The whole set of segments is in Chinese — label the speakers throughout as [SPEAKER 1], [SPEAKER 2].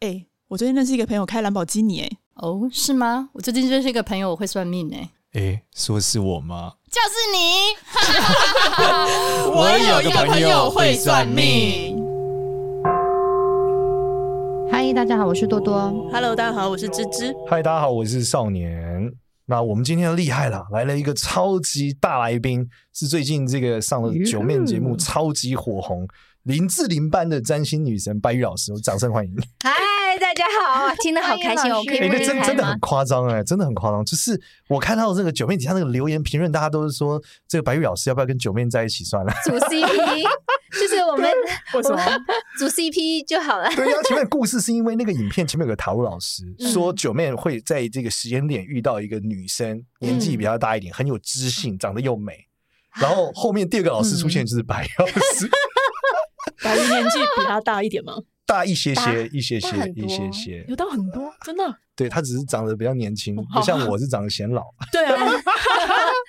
[SPEAKER 1] 哎、我最近认识一个朋友开兰博基尼、哎，
[SPEAKER 2] 哦，是吗？我最近认识一个朋友，我会算命哎、
[SPEAKER 3] 诶，说是我吗？
[SPEAKER 2] 就是 你。
[SPEAKER 3] 我有一个朋友会算命。
[SPEAKER 4] 嗨，大家好，我是多多。
[SPEAKER 1] Hello，大家好，我是芝芝。
[SPEAKER 3] 嗨，大家好，我是少年。那我们今天厉害了，来了一个超级大来宾，是最近这个上了九面节目
[SPEAKER 4] 哟
[SPEAKER 3] 超级火红，林志玲般的占星女神白玉老师，我掌声欢迎。
[SPEAKER 5] 嗨，大家好，听得好开心，
[SPEAKER 4] 欢迎老
[SPEAKER 5] 哦！
[SPEAKER 4] 师
[SPEAKER 5] 可以
[SPEAKER 3] 哎、
[SPEAKER 5] 问
[SPEAKER 3] 那
[SPEAKER 5] 一
[SPEAKER 3] 真
[SPEAKER 5] 下
[SPEAKER 3] 真的
[SPEAKER 5] 吗
[SPEAKER 3] 很？夸张哎，真的很夸张。就是我看到这个九面底下那个留言评论，大家都是说这个白玉老师要不要跟九面在一起算了？
[SPEAKER 5] 组 CP 就是 我们
[SPEAKER 1] 为什么？
[SPEAKER 5] 组 CP 就好 了。
[SPEAKER 3] 对呀、前面的故事是因为那个影片前面有个塔罗老师
[SPEAKER 1] 嗯
[SPEAKER 3] 说九妹会在这个时间点遇到一个女生，
[SPEAKER 1] 嗯
[SPEAKER 3] 年纪比较大一点，很有知性，长得又美。然后后面第二个老师出现就是白老师，
[SPEAKER 1] 嗯 白云年纪比他大一点吗？
[SPEAKER 3] 大一些些，一些
[SPEAKER 5] 大
[SPEAKER 3] 些
[SPEAKER 5] 很，多
[SPEAKER 3] 一些些。
[SPEAKER 1] 有到很多，真的。哦
[SPEAKER 3] 对他只是长得比较年轻，不像 我是长得显老。
[SPEAKER 1] 对啊，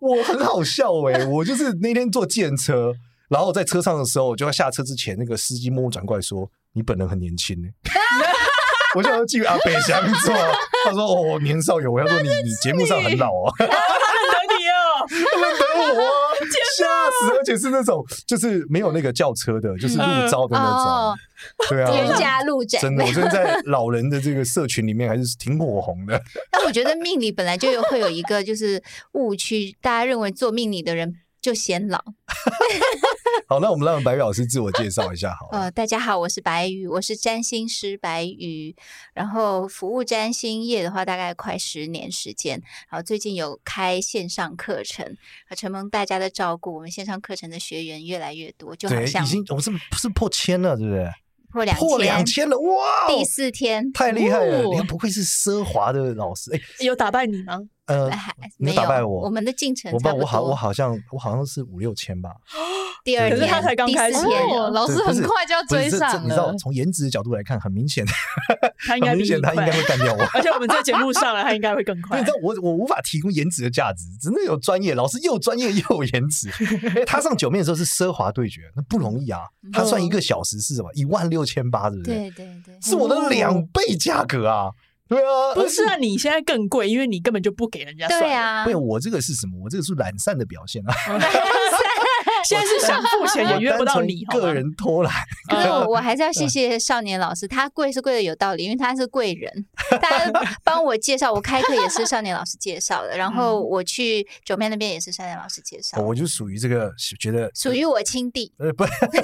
[SPEAKER 3] 我很好笑哎、我就是那天坐电车，然后在车上的时候，我就要下车之前，那个司机默默转过来说：“你本人很年轻呢、欸 我想要进阿北相做，他说：“哦，我年少有为。”他说：“你你节目上很老哦，
[SPEAKER 1] 等你哦。
[SPEAKER 3] 等我啊，吓死！而且是那种就是没有那个轿车的，就是路招的那
[SPEAKER 5] 哦，
[SPEAKER 3] 种，对
[SPEAKER 5] 冤
[SPEAKER 3] 啊。”
[SPEAKER 5] 家路窄。
[SPEAKER 3] 真的，我真的在老人的这个社群里面还是挺火红 的。
[SPEAKER 5] 但我觉得命理本来就有会有一个就是误区，大家认为做命理的人就显老。
[SPEAKER 3] 好，那我们让白宇老师自我介绍一下好了。
[SPEAKER 5] 呃，大家好，我是白宇，我是占星师白宇，然后服务占星业的话，大概快十年时间，然后最近有开线上课程，呃承蒙大家的照顾，我们线上课程的学员越来越多，就好
[SPEAKER 3] 对，
[SPEAKER 5] 像
[SPEAKER 3] 已经我们是是破千了，对不对？
[SPEAKER 5] 破两
[SPEAKER 3] 破
[SPEAKER 5] 千
[SPEAKER 3] 两，千了，哇！哦
[SPEAKER 5] 第四天
[SPEAKER 3] 太厉害了！
[SPEAKER 1] 哦
[SPEAKER 3] 你看，不愧是奢华的老师。哎、
[SPEAKER 1] 有打败你吗？
[SPEAKER 3] 呃，
[SPEAKER 5] 哎
[SPEAKER 1] 哎
[SPEAKER 5] 还
[SPEAKER 3] 你
[SPEAKER 5] 没
[SPEAKER 3] 打败
[SPEAKER 5] 有
[SPEAKER 3] 我
[SPEAKER 5] 我们的进程
[SPEAKER 3] 我不知
[SPEAKER 5] 差
[SPEAKER 3] 道，
[SPEAKER 5] 不
[SPEAKER 3] 我好，我
[SPEAKER 5] 多。
[SPEAKER 3] 好像我好像是五六千吧。
[SPEAKER 5] 第二
[SPEAKER 3] 可
[SPEAKER 5] 天，
[SPEAKER 3] 是他
[SPEAKER 1] 才刚
[SPEAKER 5] 第
[SPEAKER 1] 开
[SPEAKER 5] 四
[SPEAKER 1] 始
[SPEAKER 4] 哎
[SPEAKER 5] 天
[SPEAKER 2] 哦老师
[SPEAKER 3] 对不是
[SPEAKER 2] 很快就要
[SPEAKER 3] 不
[SPEAKER 2] 追
[SPEAKER 3] 是这这
[SPEAKER 2] 上
[SPEAKER 3] 你知道
[SPEAKER 2] 了，
[SPEAKER 3] 从颜值的角度来看，很明显，
[SPEAKER 1] 他应该
[SPEAKER 3] 很
[SPEAKER 1] 比你
[SPEAKER 3] 明显，他应该
[SPEAKER 1] 快
[SPEAKER 3] 会 干掉我。
[SPEAKER 1] 而且我们这节目上来，他应该会更
[SPEAKER 3] 因为
[SPEAKER 1] 快
[SPEAKER 3] 你知。道我我无法提供颜值的价值，真的有专业老师又专业 又有颜值。哎，他上九面的时候是奢华对决，那不容易啊！
[SPEAKER 1] 嗯
[SPEAKER 3] 他算一个小时是什么？一万六千八，对不对？
[SPEAKER 5] 对对对，
[SPEAKER 3] 是我的两倍价格啊！对啊，
[SPEAKER 1] 不是啊，你现在更贵，因为你根本就不给人家算。
[SPEAKER 5] 对，啊
[SPEAKER 3] 而且，对我这个是什么？我这个是懒散的表现啊！
[SPEAKER 1] 现在是想付钱 也
[SPEAKER 3] 我
[SPEAKER 1] 约不
[SPEAKER 3] 单
[SPEAKER 1] 到
[SPEAKER 3] 纯
[SPEAKER 1] 你，好吗
[SPEAKER 3] 个人偷懒。
[SPEAKER 5] 可是
[SPEAKER 3] 啊
[SPEAKER 5] 我我还是要谢谢少年老师，他贵是贵的有道理，因为他是 贵人，他帮我介绍，我开课也是少年老师介绍 的，然后我去九妹那边也是少年老师介绍
[SPEAKER 3] 嗯哦，我就属于这个，觉得
[SPEAKER 5] 属于我亲弟。
[SPEAKER 3] 呃不，别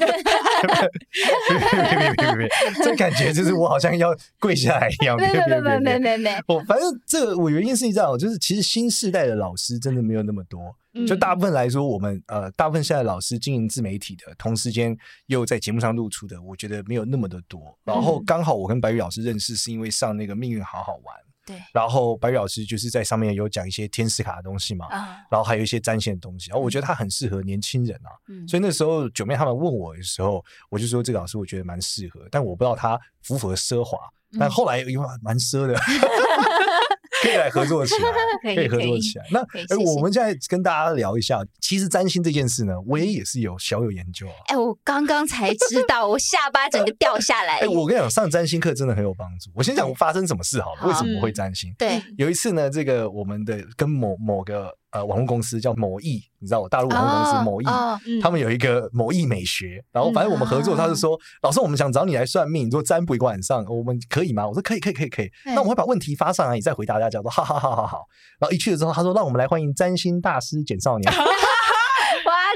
[SPEAKER 3] 别别别别，这感觉就是我好像要跪下来一样。
[SPEAKER 5] 没
[SPEAKER 3] 别别
[SPEAKER 5] 没没没没
[SPEAKER 3] 别别！
[SPEAKER 5] 没没，
[SPEAKER 3] 我反正这个我原因是这样，就是其实新时代的老师真的没有那么多，就大部分来说，我们呃大部分现在老师经营自媒体的，同时间又在节目上露出的，我觉得没有那么的多。然后刚好我跟白宇老师认识，是因为上那个《命运好好玩》，
[SPEAKER 5] 对
[SPEAKER 3] 然后白宇老师就是在上面有讲一些天使卡的东西嘛，
[SPEAKER 5] 啊，
[SPEAKER 3] 然后还有一些占线的东西，然后我觉得他很适合年轻人啊。
[SPEAKER 5] 嗯，
[SPEAKER 3] 所以那时候九妹他们问我的时候，我就说这个老师我觉得蛮适合，但我不知道他符不符合奢华。
[SPEAKER 5] 嗯
[SPEAKER 3] 但后来因为蛮奢 的，可以来合作起来，
[SPEAKER 5] 可以
[SPEAKER 3] 合
[SPEAKER 5] 可
[SPEAKER 3] 作
[SPEAKER 5] 以
[SPEAKER 3] 起来。那
[SPEAKER 5] 可以
[SPEAKER 3] 哎
[SPEAKER 5] 谢谢
[SPEAKER 3] 我们现在跟大家聊一下，其实占星这件事呢，
[SPEAKER 5] 嗯
[SPEAKER 3] 我也也是有小有研究啊。
[SPEAKER 5] 哎，我刚刚才知道，我下巴整个掉下来
[SPEAKER 3] 哎、。我跟你讲，上占星课真的很有帮助。我先
[SPEAKER 5] 嗯
[SPEAKER 3] 讲发生什么事好了，为什么我会占星？
[SPEAKER 5] 对，
[SPEAKER 3] 有一次呢，这个我们的跟某某个呃网络公司叫某易，你知道我大陆网络公司某易，
[SPEAKER 5] 哦，
[SPEAKER 1] 嗯
[SPEAKER 3] 他们有一个某艺美学，然后反正我们合作，
[SPEAKER 5] 嗯
[SPEAKER 3] 他就说、老师，我们想找你来算命，你做占卜一个晚上，我们可以吗？我说可以，可以，可以，可以。
[SPEAKER 5] 对
[SPEAKER 3] 那我会把问题发上来，你再回答大家。我说好好好好好。然后一去了之后，他说让我们来欢迎占星大师简少 年。
[SPEAKER 5] 哇，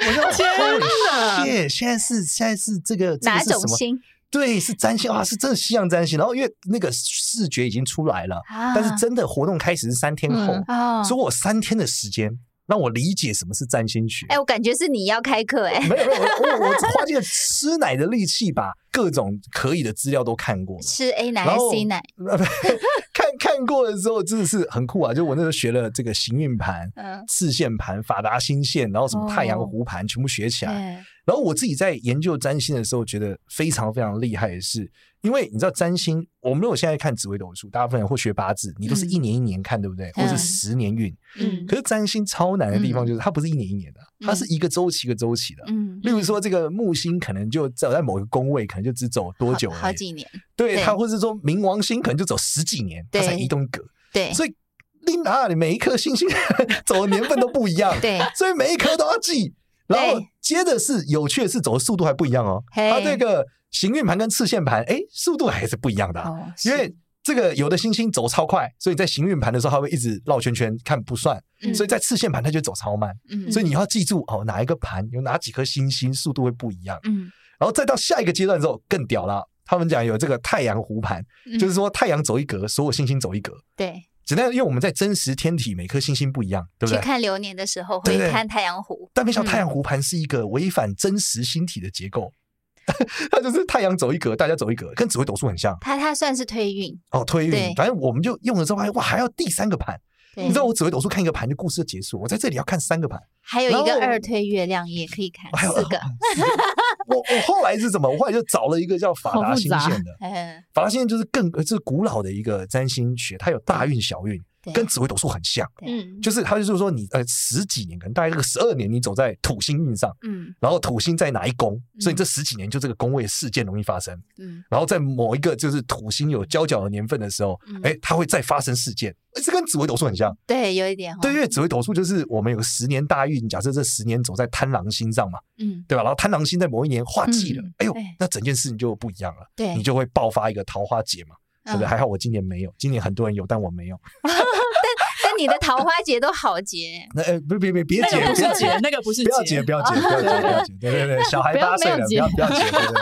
[SPEAKER 3] 我说
[SPEAKER 1] 天哪
[SPEAKER 3] Holy shit，现在是现在是这个这个
[SPEAKER 5] 啊哪
[SPEAKER 3] 是什
[SPEAKER 5] 种
[SPEAKER 3] 么？
[SPEAKER 5] 星
[SPEAKER 3] 对，是占星啊，是真的西洋占星。然后因为那个视觉已经出来了，
[SPEAKER 5] 啊
[SPEAKER 3] 但是真的活动开始是三天后，
[SPEAKER 2] 嗯
[SPEAKER 5] 哦，
[SPEAKER 3] 所以我有三天的时间让我理解什么是占星学。
[SPEAKER 5] 哎，我感觉是你要开课哎，
[SPEAKER 3] 没有没有，我我 我花尽了吃奶的力气把各种可以的资料都看过了。
[SPEAKER 5] 吃 A 奶
[SPEAKER 3] 然
[SPEAKER 5] 还是
[SPEAKER 3] 后
[SPEAKER 5] C 奶？
[SPEAKER 3] 看看过了之后，真的是很酷啊！就我那时候学了这个行运盘、
[SPEAKER 5] 嗯，
[SPEAKER 3] 四线盘、法达星线，然后什么太阳
[SPEAKER 5] 哦哎
[SPEAKER 3] 湖盘，全部学起来。
[SPEAKER 5] 对
[SPEAKER 3] 然后我自己在研究占星的时候，觉得非常非常厉害的是，因为你知道占星，我们如果现在看紫微斗数，大部分人或学八字，你都是一年一年看，对不对？或是
[SPEAKER 5] 嗯
[SPEAKER 3] 十年运。
[SPEAKER 5] 嗯
[SPEAKER 3] 可是占星超难的地方就是，它不是一年一年的，啊它是一个周期一个周期的。
[SPEAKER 5] 嗯，
[SPEAKER 3] 例如说，这个木星可能就走在某个宫位，可能就只走多久而
[SPEAKER 5] 好
[SPEAKER 3] 已
[SPEAKER 5] 好几年，
[SPEAKER 3] 对
[SPEAKER 5] 对
[SPEAKER 3] 它，或是说冥王星可能就走十几年，它才
[SPEAKER 5] 对
[SPEAKER 3] 移动一格。
[SPEAKER 5] 对
[SPEAKER 3] 所以琳达里每一颗星星 走的年份都不一 样，
[SPEAKER 5] 对，
[SPEAKER 3] 所以每一颗都要记。然后
[SPEAKER 5] 对
[SPEAKER 3] 接着是有趣的是，走的速度还不一样哦。
[SPEAKER 5] 嘿
[SPEAKER 3] 它这个行运盘跟次线盘，哎，速度还是不一样的啊、
[SPEAKER 5] 哦，
[SPEAKER 3] 因为这个有的星星走超快，所以在行运盘的时候，它会一直绕圈圈看不算；
[SPEAKER 5] 嗯
[SPEAKER 3] 所以在次线盘它就走超慢。
[SPEAKER 5] 嗯
[SPEAKER 3] 所以你要记住哦，哪一个盘有哪几颗星星，速度会不一样。
[SPEAKER 5] 嗯，
[SPEAKER 3] 然后再到下一个阶段之后，更屌啦！他们讲有这个太阳湖盘，
[SPEAKER 5] 嗯
[SPEAKER 3] 就是说太阳走一格，所有星星走一格。
[SPEAKER 5] 对，
[SPEAKER 3] 简单，因为我们在真实天体每颗星星不一样，对不
[SPEAKER 5] 去
[SPEAKER 3] 对？
[SPEAKER 5] 看流年的时候
[SPEAKER 3] 对
[SPEAKER 5] 会
[SPEAKER 3] 对
[SPEAKER 5] 看太阳湖，
[SPEAKER 3] 但没想到
[SPEAKER 5] 嗯
[SPEAKER 3] 太阳湖盘是一个违反真实星体的结构， 它就是太阳走一格，大家走一格，跟紫微斗数很像
[SPEAKER 5] 它它算是推运，
[SPEAKER 3] 哦。推运
[SPEAKER 5] 对，
[SPEAKER 3] 反正我们就用了之后发现，哇，还要第三个盘。
[SPEAKER 5] 对
[SPEAKER 3] 你知道我紫微斗数看一个盘就故事就结束，我在这里要看三个盘，
[SPEAKER 5] 还有一
[SPEAKER 3] 然后哎
[SPEAKER 5] 个二推月亮也可以看
[SPEAKER 3] 还有啊
[SPEAKER 5] 四个，
[SPEAKER 3] 我我后来是怎么？我后来就找了一个叫法达
[SPEAKER 2] 好复
[SPEAKER 3] 星
[SPEAKER 2] 杂
[SPEAKER 3] 线的，
[SPEAKER 5] 嗯，
[SPEAKER 3] 法达星线就是更呃就是古老的一个占星学，它有大运小运，
[SPEAKER 5] 对
[SPEAKER 3] 跟紫微斗数很像。
[SPEAKER 5] 嗯
[SPEAKER 3] 就是它就是说你呃十几年，可能大概这个十二年，你走在土星运上，
[SPEAKER 5] 嗯
[SPEAKER 3] 然后土星在哪一宫，所以这十几年就这个宫位事件容易发生。
[SPEAKER 5] 嗯，
[SPEAKER 3] 然后在某一个就是土星有交角的年份的时候
[SPEAKER 5] 嗯，
[SPEAKER 3] 哎、它会再发生事件。诶这跟紫微斗数很像，
[SPEAKER 5] 对，有一点哦
[SPEAKER 3] 对，因，为紫微斗数就是我们有个十年大运，假设这十年走在贪狼星上嘛，
[SPEAKER 5] 嗯，
[SPEAKER 3] 对吧？然后贪狼星在某一年化忌了，
[SPEAKER 2] 嗯
[SPEAKER 3] 哎呦
[SPEAKER 5] 对，
[SPEAKER 3] 那整件事情就不一样了，
[SPEAKER 5] 对，
[SPEAKER 3] 你就会爆发一个桃花劫嘛，对不对？
[SPEAKER 5] 嗯
[SPEAKER 3] 还好我今年没有，今年很多人有，但我没有。
[SPEAKER 5] 但你的桃花节都好节，
[SPEAKER 3] 那哎，别别别别
[SPEAKER 1] 那
[SPEAKER 3] 结，
[SPEAKER 1] 个不
[SPEAKER 3] 不要
[SPEAKER 1] 是
[SPEAKER 3] 结
[SPEAKER 1] 结，，那个不是
[SPEAKER 3] 不要结，不要
[SPEAKER 5] 啊
[SPEAKER 3] 结，不要结，不要结，对对 对，小孩
[SPEAKER 2] 不要
[SPEAKER 3] 八岁了，不
[SPEAKER 2] 没
[SPEAKER 3] 要
[SPEAKER 2] 有
[SPEAKER 3] 不要结，对对对对，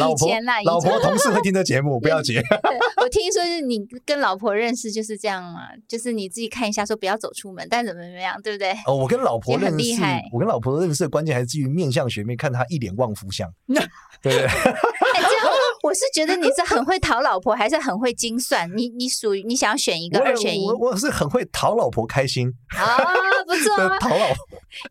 [SPEAKER 3] 老婆
[SPEAKER 5] 以前啦以前
[SPEAKER 3] 老婆同事会听这节目， 不要结，
[SPEAKER 5] 对我听说是你跟老婆认识就是这样嘛，就是你自己看一下，说不要走出门，但怎么怎么样，对不对？
[SPEAKER 3] 哦，我跟老婆
[SPEAKER 5] 也
[SPEAKER 3] 认
[SPEAKER 5] 很厉
[SPEAKER 3] 识
[SPEAKER 5] 害，
[SPEAKER 3] 我跟老婆认识的关键还是基于面相学，没看她一脸旺夫 相， 对对对，
[SPEAKER 5] 哎，这样 我是觉得你是很会讨老婆，还是很会精算？你你属于你想选一个，二选一
[SPEAKER 3] 我我我是很会讨老婆开 心
[SPEAKER 5] 啊，不错啊
[SPEAKER 3] 的，讨 老婆，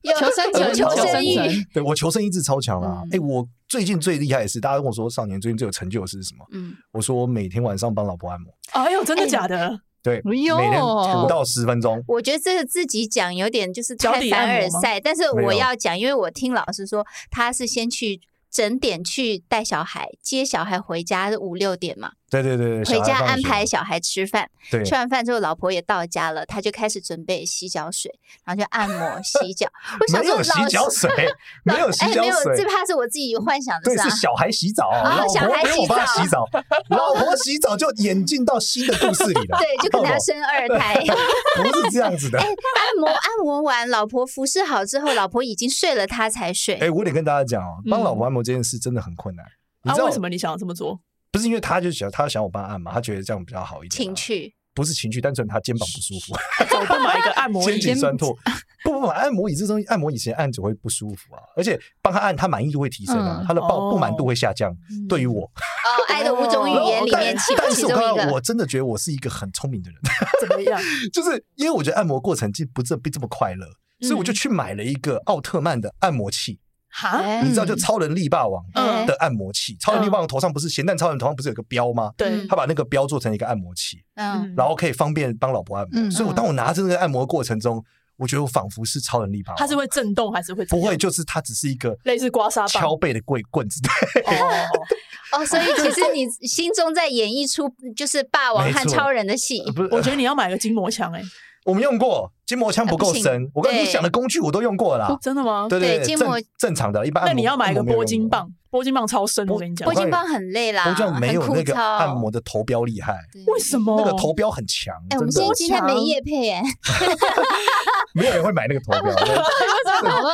[SPEAKER 5] 有
[SPEAKER 2] 求生
[SPEAKER 5] 有
[SPEAKER 2] 存，
[SPEAKER 5] 求
[SPEAKER 3] 生
[SPEAKER 5] 生
[SPEAKER 3] 存
[SPEAKER 5] 欲，
[SPEAKER 2] 欲，
[SPEAKER 3] 对我求生意志超强啊
[SPEAKER 5] 嗯！
[SPEAKER 3] 哎，我最近最厉害的是，大家问我说少年最近最有成就的是什么？
[SPEAKER 5] 嗯，
[SPEAKER 3] 我说我每天晚上帮老婆按摩，
[SPEAKER 1] 哎呦，真的假的？
[SPEAKER 3] 对，
[SPEAKER 2] 哎
[SPEAKER 3] 每
[SPEAKER 2] 呦
[SPEAKER 3] 天五到十分钟，
[SPEAKER 5] 我觉得这个自己讲有点就是
[SPEAKER 1] 脚
[SPEAKER 5] 太
[SPEAKER 1] 底
[SPEAKER 5] 凡
[SPEAKER 1] 按
[SPEAKER 5] 尔
[SPEAKER 1] 摩吗
[SPEAKER 5] 赛，但是
[SPEAKER 3] 没有
[SPEAKER 5] 我要讲，因为我听老师说他是先去整点去带小孩，接小孩回家是五六点嘛，
[SPEAKER 3] 对对对对，
[SPEAKER 5] 回
[SPEAKER 3] 小孩
[SPEAKER 5] 家
[SPEAKER 3] 放
[SPEAKER 5] 安
[SPEAKER 3] 学
[SPEAKER 5] 排小孩吃饭，
[SPEAKER 3] 对
[SPEAKER 5] 吃完饭之后老婆也到家了，他就开始准备洗脚水，然后就按摩洗脚。我想
[SPEAKER 3] 没
[SPEAKER 5] 说
[SPEAKER 3] 有
[SPEAKER 5] 老
[SPEAKER 3] 洗脚
[SPEAKER 5] 师，
[SPEAKER 3] 水，没有洗
[SPEAKER 5] 哎，
[SPEAKER 3] 脚
[SPEAKER 5] 没有，
[SPEAKER 3] 水
[SPEAKER 5] 这，怕是我自己幻想的
[SPEAKER 3] 对，
[SPEAKER 5] 是啊
[SPEAKER 3] 是。小孩洗澡，
[SPEAKER 5] 啊
[SPEAKER 3] 老
[SPEAKER 5] 小
[SPEAKER 3] 婆
[SPEAKER 5] 孩
[SPEAKER 3] 没有
[SPEAKER 5] 洗
[SPEAKER 3] 帮他
[SPEAKER 5] 澡
[SPEAKER 3] 洗澡， 老婆洗澡就演进到新的故事里了，
[SPEAKER 5] 对，就可能要生二胎。哎
[SPEAKER 3] 不是这样子的。
[SPEAKER 5] 按摩按摩完，老婆服侍好之后，老婆已经睡了，他才睡。
[SPEAKER 3] 哎，我得跟大家讲哦，帮
[SPEAKER 1] 嗯
[SPEAKER 3] 老婆按摩这件事真的很困难。你
[SPEAKER 1] 啊
[SPEAKER 3] 知，道
[SPEAKER 1] 为什么你想要这么 做？
[SPEAKER 3] 不是因为他就想他想我帮他按嘛，他觉得这样比较好一点啊。
[SPEAKER 5] 情趣，
[SPEAKER 3] 不是情趣，单纯他肩膀不舒服，
[SPEAKER 1] 走不买一个按摩
[SPEAKER 3] 肩
[SPEAKER 1] 椅，
[SPEAKER 3] 颈酸痛。不不不，按摩椅这东西，按摩椅前按只会不舒服啊，而且帮他按，他满意度会提升啊，
[SPEAKER 2] 嗯
[SPEAKER 3] 他的
[SPEAKER 1] 哦
[SPEAKER 3] 报不满度会下降。对于我，
[SPEAKER 5] 哦，《爱的五种语
[SPEAKER 1] 哦
[SPEAKER 5] 言》里
[SPEAKER 3] 但
[SPEAKER 5] 面其
[SPEAKER 3] 但
[SPEAKER 5] 其
[SPEAKER 3] 是
[SPEAKER 5] 中
[SPEAKER 3] 我看
[SPEAKER 5] 一
[SPEAKER 3] 到我
[SPEAKER 5] 个，
[SPEAKER 3] 真的觉得我是一个很聪明的人。
[SPEAKER 1] 怎么样？
[SPEAKER 3] 就是因为我觉得按摩过程既不这不这么快乐，所以我就
[SPEAKER 5] 嗯
[SPEAKER 3] 去买了一个奥特曼的按摩器，
[SPEAKER 1] 哈，嗯
[SPEAKER 5] 哎嗯
[SPEAKER 3] 你知道，就超人力霸王
[SPEAKER 5] 哎
[SPEAKER 3] 的按摩器，超人力霸王头上不是咸蛋超人头上不是有个标吗？
[SPEAKER 1] 对
[SPEAKER 5] 嗯，
[SPEAKER 3] 他把那个标做成一个按摩器，
[SPEAKER 5] 嗯，
[SPEAKER 3] 然后可以方便帮老婆按摩。
[SPEAKER 2] 嗯
[SPEAKER 3] 所以我当我拿着那个按摩过程中，我觉得我仿佛是超人力霸王，
[SPEAKER 1] 它是会震动还是会怎
[SPEAKER 3] 不
[SPEAKER 1] 样
[SPEAKER 3] 会就是它只是一个
[SPEAKER 1] 类似刮痧棒
[SPEAKER 3] 敲啊背的棍棍子，
[SPEAKER 1] 哦，
[SPEAKER 5] 哦，所以其实你心中在演绎出就是霸王
[SPEAKER 3] 没
[SPEAKER 5] 和
[SPEAKER 3] 错呃
[SPEAKER 5] 超人的戏，
[SPEAKER 3] 不是
[SPEAKER 1] 我觉得你要买个筋膜 枪哎，
[SPEAKER 3] 我们用过筋膜枪不够
[SPEAKER 5] 啊不行
[SPEAKER 3] 深，我刚你
[SPEAKER 5] 对
[SPEAKER 3] 讲的工具我都用过了啦。
[SPEAKER 1] 真的吗？
[SPEAKER 3] 对对，
[SPEAKER 5] 对筋
[SPEAKER 3] 正
[SPEAKER 5] 膜
[SPEAKER 3] 正常的，一般按
[SPEAKER 1] 那
[SPEAKER 3] 摩
[SPEAKER 1] 你要买一个
[SPEAKER 3] 按摩没有
[SPEAKER 1] 拨
[SPEAKER 3] 用
[SPEAKER 1] 筋
[SPEAKER 3] 过
[SPEAKER 1] 棒，拨筋棒超深，我跟你讲
[SPEAKER 5] 拨，筋棒很累啦，
[SPEAKER 3] 我就没有
[SPEAKER 5] 啊很枯
[SPEAKER 3] 那个
[SPEAKER 5] 燥
[SPEAKER 3] 按摩。的头标厉害，
[SPEAKER 5] 对
[SPEAKER 1] 为什么？
[SPEAKER 3] 那 个头标很强，
[SPEAKER 5] 哎，我
[SPEAKER 3] 真
[SPEAKER 5] 们现在
[SPEAKER 3] 的
[SPEAKER 5] 今天没夜配哎，
[SPEAKER 3] 没有人会买那个头标。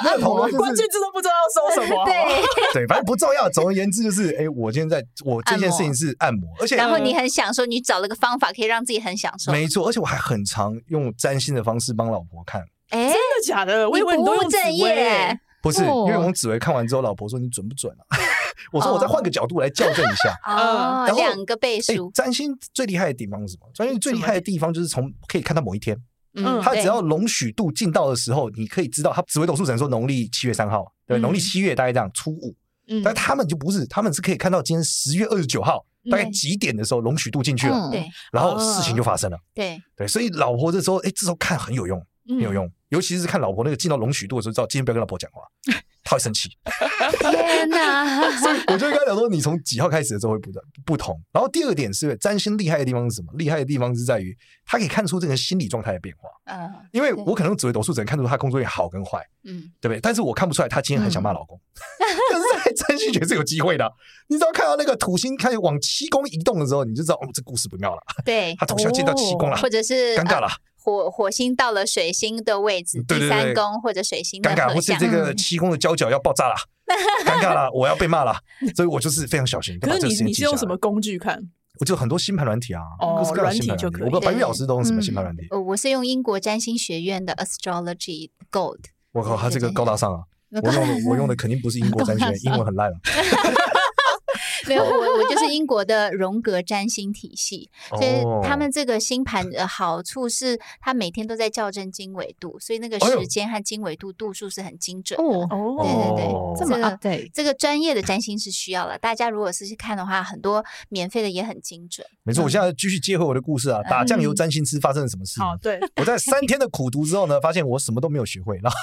[SPEAKER 3] 那个头标就
[SPEAKER 1] 关
[SPEAKER 3] 是
[SPEAKER 1] 键字都不知道要搜什么，
[SPEAKER 5] 哦 对，
[SPEAKER 3] 对，反正不重要。总而言之，就是哎，我今天在我这件事情是按摩，而且
[SPEAKER 5] 然后你很享受，你找了个方法可以让自己很享受。
[SPEAKER 3] 没错，而且我还很常用占星的方式帮老婆看。
[SPEAKER 5] 哎，
[SPEAKER 1] 真的假的？我以为你
[SPEAKER 5] 不
[SPEAKER 1] 都用
[SPEAKER 5] 务
[SPEAKER 1] 紫
[SPEAKER 5] 正
[SPEAKER 1] 薇
[SPEAKER 5] 业
[SPEAKER 1] 欸
[SPEAKER 5] 哎，
[SPEAKER 3] 不是，因
[SPEAKER 2] 哦
[SPEAKER 3] 为我用紫薇看完之后，老婆说你准不准啊？ 我说我再换个角度来校正一下。
[SPEAKER 5] 哦，
[SPEAKER 3] 然后
[SPEAKER 5] 两个倍
[SPEAKER 3] 哎
[SPEAKER 5] 数，，
[SPEAKER 3] 占星最厉害的地方是什么？占星最厉害的地方就是从可以看到某一天，
[SPEAKER 5] 嗯，
[SPEAKER 3] 它
[SPEAKER 5] 对
[SPEAKER 3] 只要容许度进到的时候，你可以知道它紫微斗数只能说农历七月三号，对，
[SPEAKER 1] 嗯
[SPEAKER 3] 农历七月大概这样，初五。
[SPEAKER 1] 嗯
[SPEAKER 3] 但他们就不是，他们是可以看到今天十月二十九号大概
[SPEAKER 5] 嗯
[SPEAKER 3] 几点的时候，龙许度进去了，
[SPEAKER 4] 嗯
[SPEAKER 5] 对
[SPEAKER 3] 然后事情就发生了。
[SPEAKER 5] 对，
[SPEAKER 3] 对，所以老婆这时候，哎，这时候看很有用，
[SPEAKER 1] 嗯
[SPEAKER 3] 很有用，尤其是看老婆那个进到龙许度的时候，知道今天不要跟老婆讲话，她会生气。
[SPEAKER 5] 天哪，
[SPEAKER 3] 所以我就跟他讲说，你从几号开始的时候会不断不同。然后第二点是，占星厉害的地方是什么？厉害的地方是在于，它可以看出这个人心理状态的变化。
[SPEAKER 5] 嗯
[SPEAKER 3] 因为我可能用紫微斗数只能看出他工作运好跟坏，
[SPEAKER 5] 嗯，
[SPEAKER 3] 对不对？但是我看不出来他今天很想骂老公， 但是在占星学是有机会的。啊你只要看到那个土星开始往七宫移动的时候，你就知道哦，这故事不妙了，
[SPEAKER 5] 对，
[SPEAKER 3] 他土星要进到七宫了，
[SPEAKER 5] 或者是
[SPEAKER 3] 尴尬了嗯
[SPEAKER 5] 呃火火星到了水星的位置，
[SPEAKER 3] 对对对
[SPEAKER 5] 第三宫或者水星的
[SPEAKER 3] 尴尬，
[SPEAKER 5] 合
[SPEAKER 3] 或是
[SPEAKER 5] 相
[SPEAKER 3] 这个七宫的交角要爆炸了，尴尬了，我要被骂了，所以我就是非常小心。
[SPEAKER 1] 可
[SPEAKER 3] 把
[SPEAKER 1] 是
[SPEAKER 3] 这个
[SPEAKER 1] 你
[SPEAKER 3] 事情
[SPEAKER 1] 你
[SPEAKER 3] 记
[SPEAKER 1] 是
[SPEAKER 3] 下
[SPEAKER 1] 用
[SPEAKER 3] 来
[SPEAKER 1] 什么工具看？
[SPEAKER 3] 我就很多星盘软体啊，
[SPEAKER 1] 哦
[SPEAKER 3] 各式各样的星盘
[SPEAKER 1] 软体就可以
[SPEAKER 3] 我不知道白玉老师都用什么星盘软体，
[SPEAKER 5] 呃我是用英国占星学院的 Astrology Gold，
[SPEAKER 3] 我靠，他这个高大上啊！我用的我用的肯定不是英国占星学，英文很烂啊了。
[SPEAKER 5] 没有我我 就是英国的荣格占星体系，所以
[SPEAKER 3] 哦
[SPEAKER 5] 他们这个星盘的好处是，它每天都在校正经纬度，所以那个
[SPEAKER 3] 哎呦
[SPEAKER 5] 时间和经纬度度数是很精准的。
[SPEAKER 4] 哦，
[SPEAKER 5] 对
[SPEAKER 1] 哦，
[SPEAKER 5] 对
[SPEAKER 3] 哦
[SPEAKER 5] 对，
[SPEAKER 4] 这么
[SPEAKER 5] 个
[SPEAKER 4] update，
[SPEAKER 5] 这个专业的占星是需要了，大家如果是去看的话，很多免费的也很精准。
[SPEAKER 3] 没错，我现在继续接回我的故事啊，打酱油占星师发生了什么事？
[SPEAKER 1] 好，对，
[SPEAKER 3] 我在三天的苦读之后呢，发现我什么都没有学会，然后。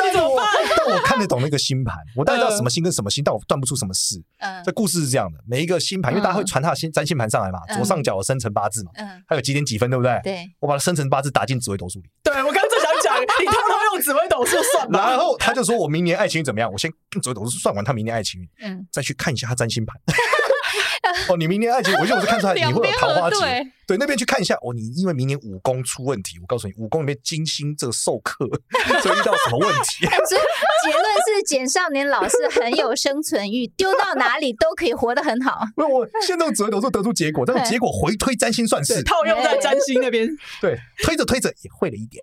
[SPEAKER 3] 但是我但我看得懂那个星盘，我大概知道什么星跟什么星，但我断不出什么事。
[SPEAKER 5] 嗯
[SPEAKER 3] 这故事是这样的，每一个星盘，因为大家会传他的星占星盘上来嘛，
[SPEAKER 5] 嗯
[SPEAKER 3] 左上角有生辰八字嘛，
[SPEAKER 5] 嗯，
[SPEAKER 3] 还有几点几分，对不对？
[SPEAKER 5] 对，
[SPEAKER 3] 我把他生辰八字打进紫微斗数里，
[SPEAKER 1] 对我刚刚正想讲，你偷偷用紫微斗数 算吧。
[SPEAKER 3] 然后他就说我明年爱情运怎么样？我先用紫微斗数算完他明年爱情运，
[SPEAKER 5] 嗯，
[SPEAKER 3] 再去看一下他占星盘。哦，你明年爱情，我就我是看出来你会有桃花劫，
[SPEAKER 2] 对，
[SPEAKER 3] 对，那边去看一下哦。你因为明年五宫出问题，我告诉你，五宫里面金星这个授课， 所以遇到什么问题？
[SPEAKER 5] 但是结论是简少年老师很有生存欲，丢到哪里都可以活得很好。
[SPEAKER 3] 因为我先用紫微斗数得出结果，但是结果回推占星算
[SPEAKER 1] 对，
[SPEAKER 3] 式，
[SPEAKER 1] 套用在占星那边，
[SPEAKER 3] 对，推着推着也会了一点。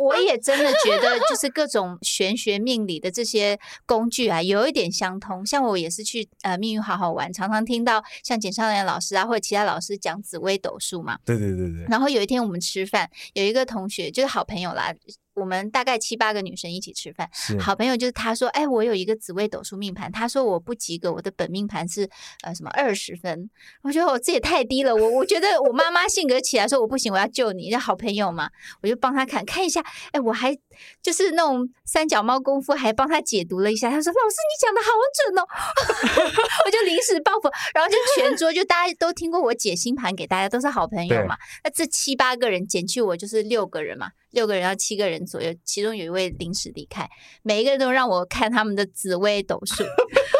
[SPEAKER 5] 我我也真的觉得，就是各种玄学命理的这些工具啊，有一点相通。像我也是去呃命运好好玩，常常听到像简少年老师啊，或者其他老师讲紫微斗数嘛。
[SPEAKER 3] 对对对对，
[SPEAKER 5] 然后有一天我们吃饭，有一个同学就是好朋友啦，我们大概七八个女生一起吃饭。
[SPEAKER 3] 是
[SPEAKER 5] 好朋友就是他说，哎，我有一个紫微斗数命盘，他说我不及格，我的本命盘是呃什么二十分，我觉得我这也太低了，我我觉得我妈妈性格起来说我不行，我要救你，那好朋友嘛，我就帮他看看一下，哎，我还就是那种三脚猫功夫，还帮他解读了一下，他说老师你讲的好准哦， 我就临时抱佛，然后就全桌就大家都听过我解星盘给大家，都是好朋友
[SPEAKER 3] 对
[SPEAKER 5] 嘛，那这七八个人减去我就是六个人嘛，六个人要七个人左右，其中有一位临时离开，每一个人都让我看他们的紫微斗数。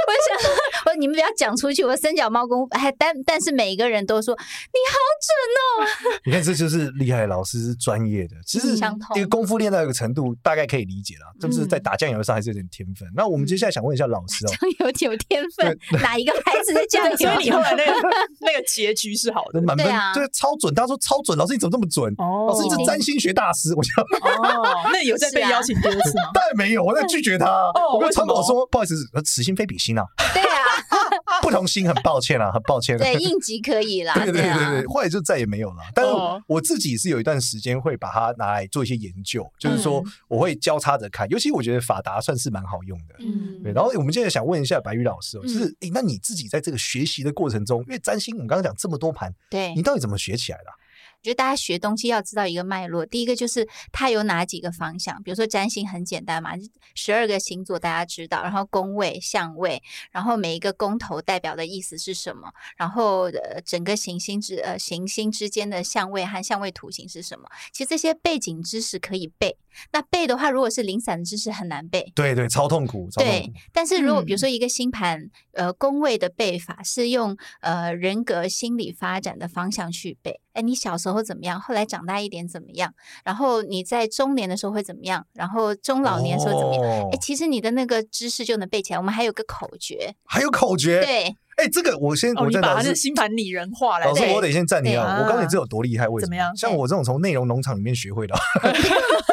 [SPEAKER 5] 我想说，我说你们不要讲出去，我三脚猫功夫，还但但是每一个人都说 你好准哦。
[SPEAKER 3] 你看，这就是厉害的老师是专业的。其实
[SPEAKER 5] 嗯相嗯通
[SPEAKER 3] 一个功夫练到一个程度，大概可以理解了，这是在打酱油上还是有点天分。那我
[SPEAKER 5] 嗯
[SPEAKER 3] 们接下来想问一下老师哦，
[SPEAKER 5] 有有天分，哪一个孩子的酱油？
[SPEAKER 1] 所以你后来那个那个结局是好的。
[SPEAKER 3] 满分
[SPEAKER 5] 对啊
[SPEAKER 3] 对超准，大家说超准，老师你怎么这么准？
[SPEAKER 1] 哦
[SPEAKER 3] 老师你是占星学大师，我想
[SPEAKER 1] 哦，那你有在被邀请第二 次吗？
[SPEAKER 3] 当然没有，我在拒绝他。
[SPEAKER 5] 哦
[SPEAKER 3] 我跟
[SPEAKER 1] 为什
[SPEAKER 3] 窗口
[SPEAKER 1] 么
[SPEAKER 3] 说，不好意思，呃此心非彼心啊，
[SPEAKER 5] 对啊，
[SPEAKER 3] 不同心，很抱歉啊，很抱 歉。
[SPEAKER 5] 对应急可以啦，
[SPEAKER 3] 对对对
[SPEAKER 5] 啊
[SPEAKER 3] 对，，后来就再也没有了。但是
[SPEAKER 1] 哦
[SPEAKER 3] 我自己是有一段时间会把它拿来做一些研究，就是说
[SPEAKER 5] 嗯
[SPEAKER 3] 我会交叉着看，尤其我觉得法达算是蛮好用的。对，
[SPEAKER 5] 嗯，
[SPEAKER 3] 然后我们现在想问一下白宇老师、哦，就是诶，那你自己在这个学习的过程中，因为占星我们刚刚讲这么多盘，
[SPEAKER 5] 对
[SPEAKER 3] 你，到底怎么学起来的啊、
[SPEAKER 5] 我觉得大家学东西要知道一个脉络，第一个就是它有哪几个方向，比如说占星很简单嘛，十二个星座大家知道，然后宫位、相位，然后每一个宫头代表的意思是什么，然后呃整个行星之呃行星之间的相位和相位图形是什么，其实这些背景知识可以背。那背的话，如果是零散的知识很难背，
[SPEAKER 3] 对对，超痛苦，超痛
[SPEAKER 5] 对
[SPEAKER 3] 苦。，
[SPEAKER 5] 但是如果比如
[SPEAKER 4] 嗯
[SPEAKER 5] 说一个星盘，呃，宫位的背法是用呃人格心理发展的方向去背。哎，你小时候怎么样？后来长大一点怎么样？然后你在中年的时候会怎么样？然后中老年的时候怎么样？
[SPEAKER 3] 样
[SPEAKER 5] 哎、其实你的那个知识就能背起来。我们还有个口诀，
[SPEAKER 3] 还有口诀，
[SPEAKER 5] 对，
[SPEAKER 3] 哎，这个我先，
[SPEAKER 1] 哦，
[SPEAKER 3] 我
[SPEAKER 1] 你
[SPEAKER 3] 再
[SPEAKER 1] 把
[SPEAKER 3] 老
[SPEAKER 1] 他的
[SPEAKER 3] 师。
[SPEAKER 1] 星盘拟人化来
[SPEAKER 3] 老师，
[SPEAKER 5] 对
[SPEAKER 1] 背
[SPEAKER 3] 我得先暂停
[SPEAKER 1] 对
[SPEAKER 3] 啊！
[SPEAKER 1] 啊
[SPEAKER 3] 我告诉你，这有多厉害，为什
[SPEAKER 1] 怎么
[SPEAKER 3] 么
[SPEAKER 1] 样？
[SPEAKER 3] 像我这种从内容农场里面学会的，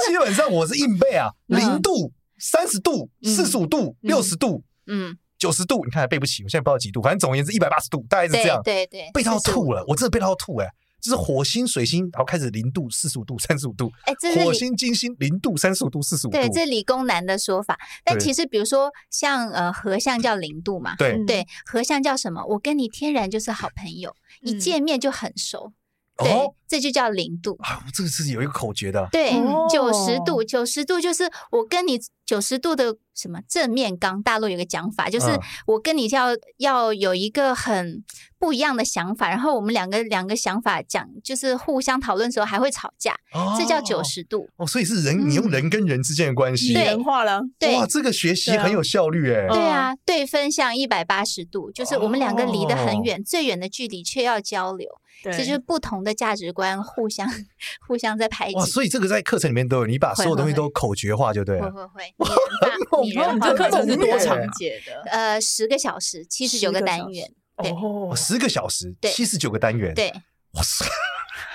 [SPEAKER 3] 基本上我是硬背 啊，
[SPEAKER 1] 嗯
[SPEAKER 3] 零度、三十度、
[SPEAKER 1] 嗯
[SPEAKER 3] 四十五度、
[SPEAKER 1] 嗯
[SPEAKER 3] 六十度、
[SPEAKER 5] 嗯，
[SPEAKER 3] 九十度，你看还背不起，我现在不知道几度，反正总而言之一百八十度，大概是这
[SPEAKER 5] 对
[SPEAKER 3] 样。
[SPEAKER 5] 对对，
[SPEAKER 3] 背到啊
[SPEAKER 5] 45
[SPEAKER 3] 吐了，我真的背到吐哎、就是火星、水星，然后开始零度、四十五度、三十五度，
[SPEAKER 5] 哎，这
[SPEAKER 3] 火
[SPEAKER 5] 是理
[SPEAKER 3] 星、金星零度、三十五度、四十五度，
[SPEAKER 5] 对，这理工男的说法。但
[SPEAKER 3] 对
[SPEAKER 5] 其实比如说像呃合相叫零度嘛，
[SPEAKER 3] 对
[SPEAKER 2] 嗯
[SPEAKER 5] 对，合相叫什么？我跟你天然就是好朋友，一
[SPEAKER 2] 嗯
[SPEAKER 5] 见面就很熟，对
[SPEAKER 3] 哦，
[SPEAKER 5] 这就叫零度。
[SPEAKER 3] 啊，这个是有一个口诀的，
[SPEAKER 5] 对
[SPEAKER 2] 哦，
[SPEAKER 5] 九十度，九十度就是我跟你九十度的什么正面刚，大陆有个讲法，就是
[SPEAKER 3] 嗯
[SPEAKER 5] 我跟你要要有一个很不一样的想法，然后我们两个两个想法讲，就是互相讨论的时候还会吵架，
[SPEAKER 3] 哦
[SPEAKER 5] 这叫九十度。
[SPEAKER 3] 哦，所以是人，你用人跟人之间的关系，
[SPEAKER 1] 拟人化了，
[SPEAKER 5] 对
[SPEAKER 3] 哇，这个学习
[SPEAKER 1] 对啊
[SPEAKER 3] 很有效率哎，
[SPEAKER 1] 嗯
[SPEAKER 5] 对啊，对分向一百八十度，就是我们两个离得
[SPEAKER 3] 哦
[SPEAKER 5] 很远，最远的距离却要交流，
[SPEAKER 1] 对
[SPEAKER 5] 这就是不同的价值观互相 互相在排挤
[SPEAKER 3] 哇，。所以这个在课程里面都有，你把所有东西都口诀化就对啊
[SPEAKER 5] 会
[SPEAKER 3] 了。
[SPEAKER 5] 会会，拟 人化拟
[SPEAKER 1] 然后你
[SPEAKER 5] 人化
[SPEAKER 1] 这课程是多
[SPEAKER 3] 长
[SPEAKER 1] 长解的？
[SPEAKER 5] 呃，十个小时，七十九
[SPEAKER 1] 10
[SPEAKER 5] 个
[SPEAKER 1] 个小
[SPEAKER 5] 单
[SPEAKER 1] 时
[SPEAKER 5] 元。对
[SPEAKER 1] 哦
[SPEAKER 3] 哦，十个小时，
[SPEAKER 5] 对
[SPEAKER 3] 七十九个单元，，
[SPEAKER 5] 对，
[SPEAKER 3] 哇塞，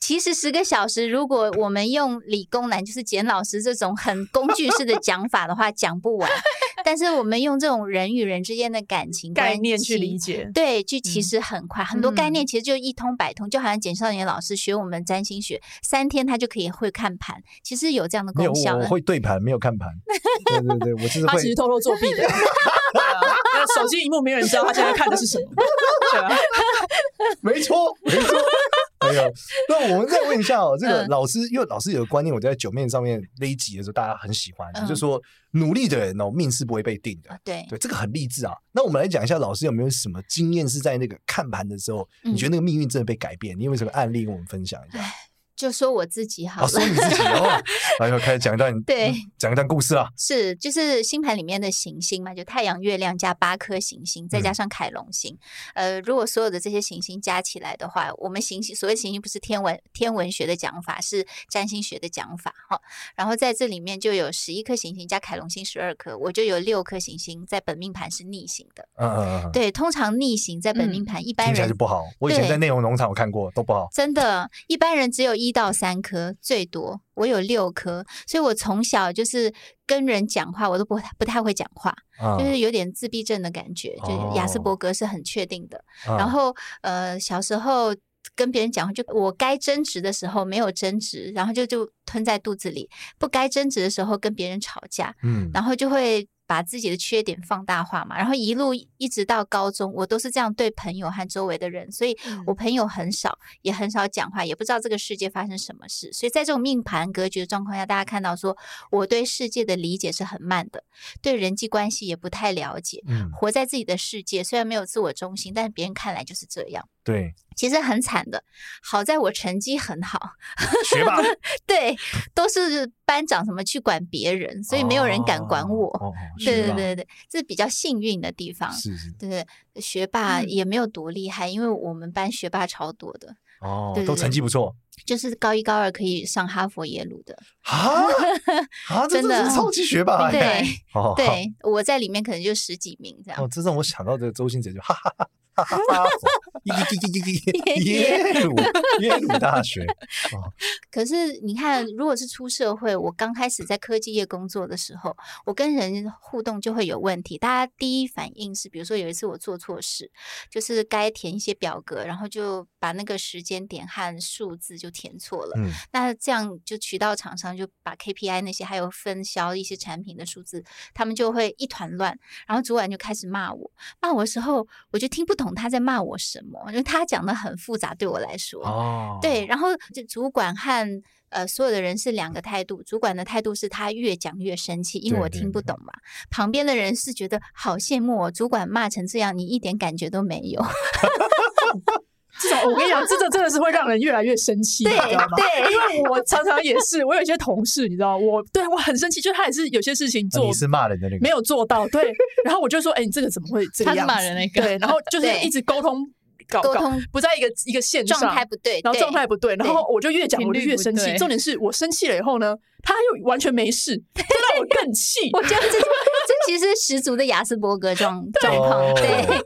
[SPEAKER 5] 其实十个小时，如果我们用理工男，就是简老师这种很工具式的讲法的话，讲不完。但是我们用这种人与人之间的感情
[SPEAKER 1] 概
[SPEAKER 5] 关
[SPEAKER 1] 念去
[SPEAKER 5] 系
[SPEAKER 1] 理解，
[SPEAKER 5] 对，就其实很快，很多概
[SPEAKER 2] 嗯
[SPEAKER 5] 念其实就一通百通，就好像简少年老师学我们占星学，三天他就可以会看盘，其实有这样的
[SPEAKER 3] 没有
[SPEAKER 5] 功效
[SPEAKER 3] 我我
[SPEAKER 5] 了。
[SPEAKER 3] 会对盘，没有看 盘，对对对，我就是
[SPEAKER 1] 他其实
[SPEAKER 3] 会。
[SPEAKER 1] 偷偷作 弊的。对啊那手机荧幕没有人知道他现在看的是什么，对啊，
[SPEAKER 3] 没错，没 错。没有，那我们再问一下哦，这个
[SPEAKER 5] 嗯
[SPEAKER 3] 老师，因为老师有个观念，我在九面上面那一集的时候，大家很喜欢，
[SPEAKER 5] 嗯
[SPEAKER 3] 就说努力的人哦，命是不会被定的
[SPEAKER 5] 啊，。对，
[SPEAKER 3] 对，这个很励志啊。那我们来讲一下，老师有没有什么经验是在那个看盘的时候，
[SPEAKER 5] 嗯
[SPEAKER 3] 你觉得那个命运真的被改变？你有没有什么案例跟我们分享一下？
[SPEAKER 5] 就说我自己好
[SPEAKER 3] 啊，说
[SPEAKER 5] 了，
[SPEAKER 3] 你自己 哦，然后开始讲一段，
[SPEAKER 5] 对
[SPEAKER 3] 嗯，讲一段故事啊。
[SPEAKER 5] 是就是星盘里面的行星嘛，就太阳、月亮加八颗行星，再加
[SPEAKER 3] 嗯
[SPEAKER 5] 上凯龙星。呃，如果所有的这些行星加起来的话，我们行星所谓行星不是天文天文学的讲法，是占星学的讲法哈。然后在这里面就有十一颗行星加凯龙星十二颗，我就有六颗行星在本命盘是逆行的。
[SPEAKER 3] 嗯嗯嗯，
[SPEAKER 5] 对，通常逆行在本命盘，一般
[SPEAKER 3] 听起来就
[SPEAKER 5] 人
[SPEAKER 3] 不好。我以前
[SPEAKER 5] 对
[SPEAKER 3] 在内容农场有看过，都不好。
[SPEAKER 5] 真的，一般人只有一到三颗最多，我有六颗，所以我从小就是跟人讲话，我都不太不太会讲话，
[SPEAKER 3] 啊
[SPEAKER 5] 就是有点自闭症的感觉，就是雅斯伯格是很确定的。
[SPEAKER 3] 嗯
[SPEAKER 5] 然后呃，小时候。跟别人讲话，就我该争执的时候没有争执，然后就就吞在肚子里；不该争执的时候跟别人吵架，
[SPEAKER 3] 嗯，
[SPEAKER 5] 然后就会把自己的缺点放大化嘛，然后一路一直到高中，我都是这样对朋友和周围的人，所以我朋友很少，也很少讲话，也不知道这个世界发生什么事，所以在这种命盘格局的状况下，大家看到说我对世界的理解是很慢的，对人际关系也不太了解，
[SPEAKER 3] 嗯，
[SPEAKER 5] 活在自己的世界，虽然没有自我中心，但别人看来就是这样，
[SPEAKER 3] 对，
[SPEAKER 5] 其实很惨的。好在我成绩很好，
[SPEAKER 3] 学霸，
[SPEAKER 5] 对，都是班长什么去管别人，所以没有人敢管我。
[SPEAKER 3] 哦，哦
[SPEAKER 5] 对
[SPEAKER 3] 学
[SPEAKER 5] 对
[SPEAKER 3] 霸
[SPEAKER 5] 对对，这比较幸运的地方。
[SPEAKER 3] 是嗯是
[SPEAKER 5] 对对，学霸也没有多厉害，因为我们班学霸超多的，
[SPEAKER 3] 哦
[SPEAKER 5] 对，对
[SPEAKER 3] 都
[SPEAKER 5] 对
[SPEAKER 3] 成绩不错
[SPEAKER 5] 就是高一高二可以上哈佛、耶鲁的。
[SPEAKER 3] 啊啊，这
[SPEAKER 5] 真的
[SPEAKER 3] 这是超级学霸
[SPEAKER 5] 对
[SPEAKER 3] 哎，哦，好
[SPEAKER 5] 对，我在里面可能就十几名这
[SPEAKER 3] 哦，
[SPEAKER 5] 样。
[SPEAKER 3] 这让我想到这个周星驰就哈哈哈。哈哈哈！耶耶鲁耶鲁大学，
[SPEAKER 5] 可是你看，如果是出社会，我刚开始在科技业工作的时候，我跟人互动就会有问题。大家第一反应是，比如说有一次我做错事，就是该填一些表格，然后就把那个时间点和数字就填错了。
[SPEAKER 3] 嗯，
[SPEAKER 5] 那这样就渠道厂商就把 KPI 那些还有分销一些产品的数字，他们就会一团乱。然后主管就开始骂我，骂我的时候我就听不懂他在骂我什么，因为他讲的很复杂，对我来说。
[SPEAKER 3] 哦，
[SPEAKER 5] 对，，然后就主管和呃所有的人是两个态度，主管的态度是他越讲越生气，因为
[SPEAKER 3] 对
[SPEAKER 5] 我
[SPEAKER 3] 对
[SPEAKER 5] 听不懂嘛。旁边的人是觉得好羡慕哦，主管骂成这样，你一点感觉都没有。
[SPEAKER 1] 这种我跟你讲，这种真的是会让人越来越生气，你知道吗？
[SPEAKER 5] 对
[SPEAKER 1] 因为我常常也是，我有一些同事，你知道，我对我很生气，就是他也是有些事情
[SPEAKER 3] 那
[SPEAKER 1] 做
[SPEAKER 3] 你是骂人的那个，
[SPEAKER 1] 没有做到，对， 然后我就说，哎，你这个怎么会这个
[SPEAKER 2] 他
[SPEAKER 1] 样
[SPEAKER 2] 是
[SPEAKER 1] 子？
[SPEAKER 2] 骂人那个，
[SPEAKER 1] 对，然 后就是
[SPEAKER 5] 对
[SPEAKER 1] 一直沟通搞
[SPEAKER 5] 沟
[SPEAKER 1] 搞
[SPEAKER 5] 通
[SPEAKER 1] 不在一个一个线上
[SPEAKER 5] 状态不对，
[SPEAKER 1] 然后
[SPEAKER 5] 对
[SPEAKER 1] 状态不对，然后我就越讲
[SPEAKER 2] 频
[SPEAKER 1] 我就
[SPEAKER 2] 率
[SPEAKER 1] 越
[SPEAKER 2] 不
[SPEAKER 1] 生气。
[SPEAKER 2] 对
[SPEAKER 1] 重点是我生气了以后呢，他又完全没 事，这让我更气。
[SPEAKER 5] 我觉得这这其实是十足的雅斯伯格状状况，
[SPEAKER 3] 哦
[SPEAKER 5] 对。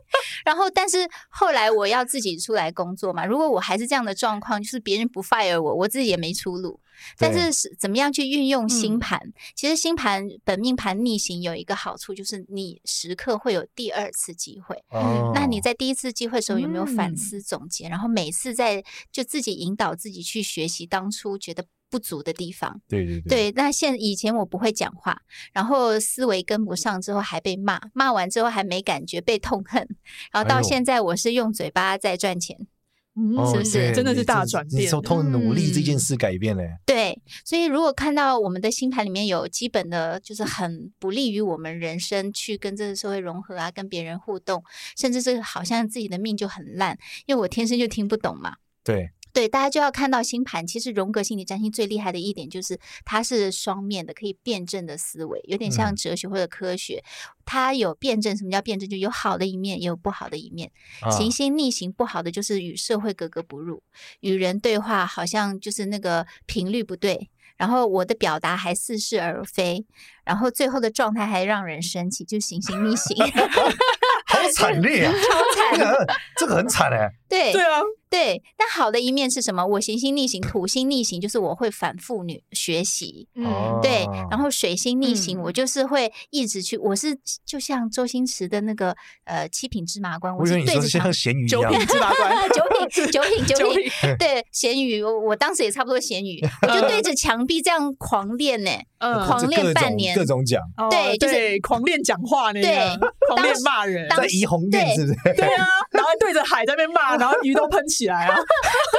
[SPEAKER 5] 然后，但是后来我要自己出来工作嘛，如果我还是这样的状况，就是别人不 fire 我，我自己也没出路。但
[SPEAKER 3] 对
[SPEAKER 5] 是是怎么样去运用星
[SPEAKER 1] 嗯
[SPEAKER 5] 盘？其实星盘本命盘逆行有一个好处，就是你时刻会有第二次机会。
[SPEAKER 3] 哦
[SPEAKER 5] 那你在第一次机会的时候有没有反
[SPEAKER 1] 嗯
[SPEAKER 5] 思总结？然后每次在就自己引导自己去学习当初觉得不足的地方。
[SPEAKER 3] 对对对，
[SPEAKER 5] 对，那现以前我不会讲话，然后思维跟不上，之后还被骂，骂完之后还没感觉，被痛恨，然
[SPEAKER 3] 哎
[SPEAKER 5] 后到
[SPEAKER 3] 呦
[SPEAKER 5] 现在我是用嘴巴在赚钱。
[SPEAKER 1] 嗯，
[SPEAKER 3] 哦
[SPEAKER 5] 是不是
[SPEAKER 3] 对
[SPEAKER 1] 真的
[SPEAKER 3] 你
[SPEAKER 1] 是大
[SPEAKER 3] 这
[SPEAKER 1] 转
[SPEAKER 3] 你
[SPEAKER 1] 变
[SPEAKER 3] 从通过努力这件
[SPEAKER 5] 嗯
[SPEAKER 3] 事改变了，
[SPEAKER 5] 对，所以如果看到我们的星盘里面有基本的，就是很不利于我们人生去跟这个社会融合啊，跟别人互动，甚至是好像自己的命就很烂，因为我天生就听不懂嘛。
[SPEAKER 3] 对，
[SPEAKER 5] 对，大家就要看到星盘。其实荣格心理占星最厉害的一点就是，它是双面的，可以辩证的思维，有点像
[SPEAKER 3] 嗯
[SPEAKER 5] 哲学或者科学。它有辩证，什么叫辩证？就有好的一面，也有不好的一面。
[SPEAKER 3] 啊
[SPEAKER 5] 行星逆行不好的就是与社会格格不入，与人对话好像就是那个频率不对，然后我的表达还似是而非，然后最后的状态还让人生气，就行星逆行，
[SPEAKER 3] 好惨烈啊，
[SPEAKER 5] 超
[SPEAKER 3] 这
[SPEAKER 5] 惨。
[SPEAKER 3] 个这个很惨哎，
[SPEAKER 5] 对
[SPEAKER 1] 对啊，
[SPEAKER 5] 对，但好的一面是什么？我行星逆行，土星逆行就是我会反复女学习。
[SPEAKER 3] 哦
[SPEAKER 5] 对，然后水星逆行，我
[SPEAKER 1] 嗯
[SPEAKER 5] 就是会一直去，我是就像周星驰的那个呃七品芝麻官，
[SPEAKER 3] 我以
[SPEAKER 5] 是
[SPEAKER 3] 为你
[SPEAKER 5] 对
[SPEAKER 3] 说
[SPEAKER 5] 着
[SPEAKER 3] 是
[SPEAKER 5] 他，
[SPEAKER 3] 像咸鱼一
[SPEAKER 1] 九
[SPEAKER 3] 样
[SPEAKER 1] 品，芝麻官
[SPEAKER 5] 九品九品九
[SPEAKER 1] 九
[SPEAKER 5] 品
[SPEAKER 1] 品，
[SPEAKER 5] 对咸鱼，我我当时也差不多 咸鱼，我就
[SPEAKER 3] 嗯
[SPEAKER 5] 对着墙壁这样狂练呢、
[SPEAKER 1] 嗯
[SPEAKER 5] 狂
[SPEAKER 3] 这
[SPEAKER 5] 练
[SPEAKER 3] 各
[SPEAKER 5] 半
[SPEAKER 3] 种
[SPEAKER 5] 年
[SPEAKER 3] 各种奖，
[SPEAKER 1] 哦
[SPEAKER 5] 对就是
[SPEAKER 1] 对狂练讲话那
[SPEAKER 5] 对
[SPEAKER 1] 个， 狂练
[SPEAKER 5] 当
[SPEAKER 1] 骂人，
[SPEAKER 5] 当
[SPEAKER 3] 在怡红院
[SPEAKER 5] 对
[SPEAKER 3] 是不是？
[SPEAKER 1] 对啊，然后对着海在那边 骂，然后鱼都喷起来啊，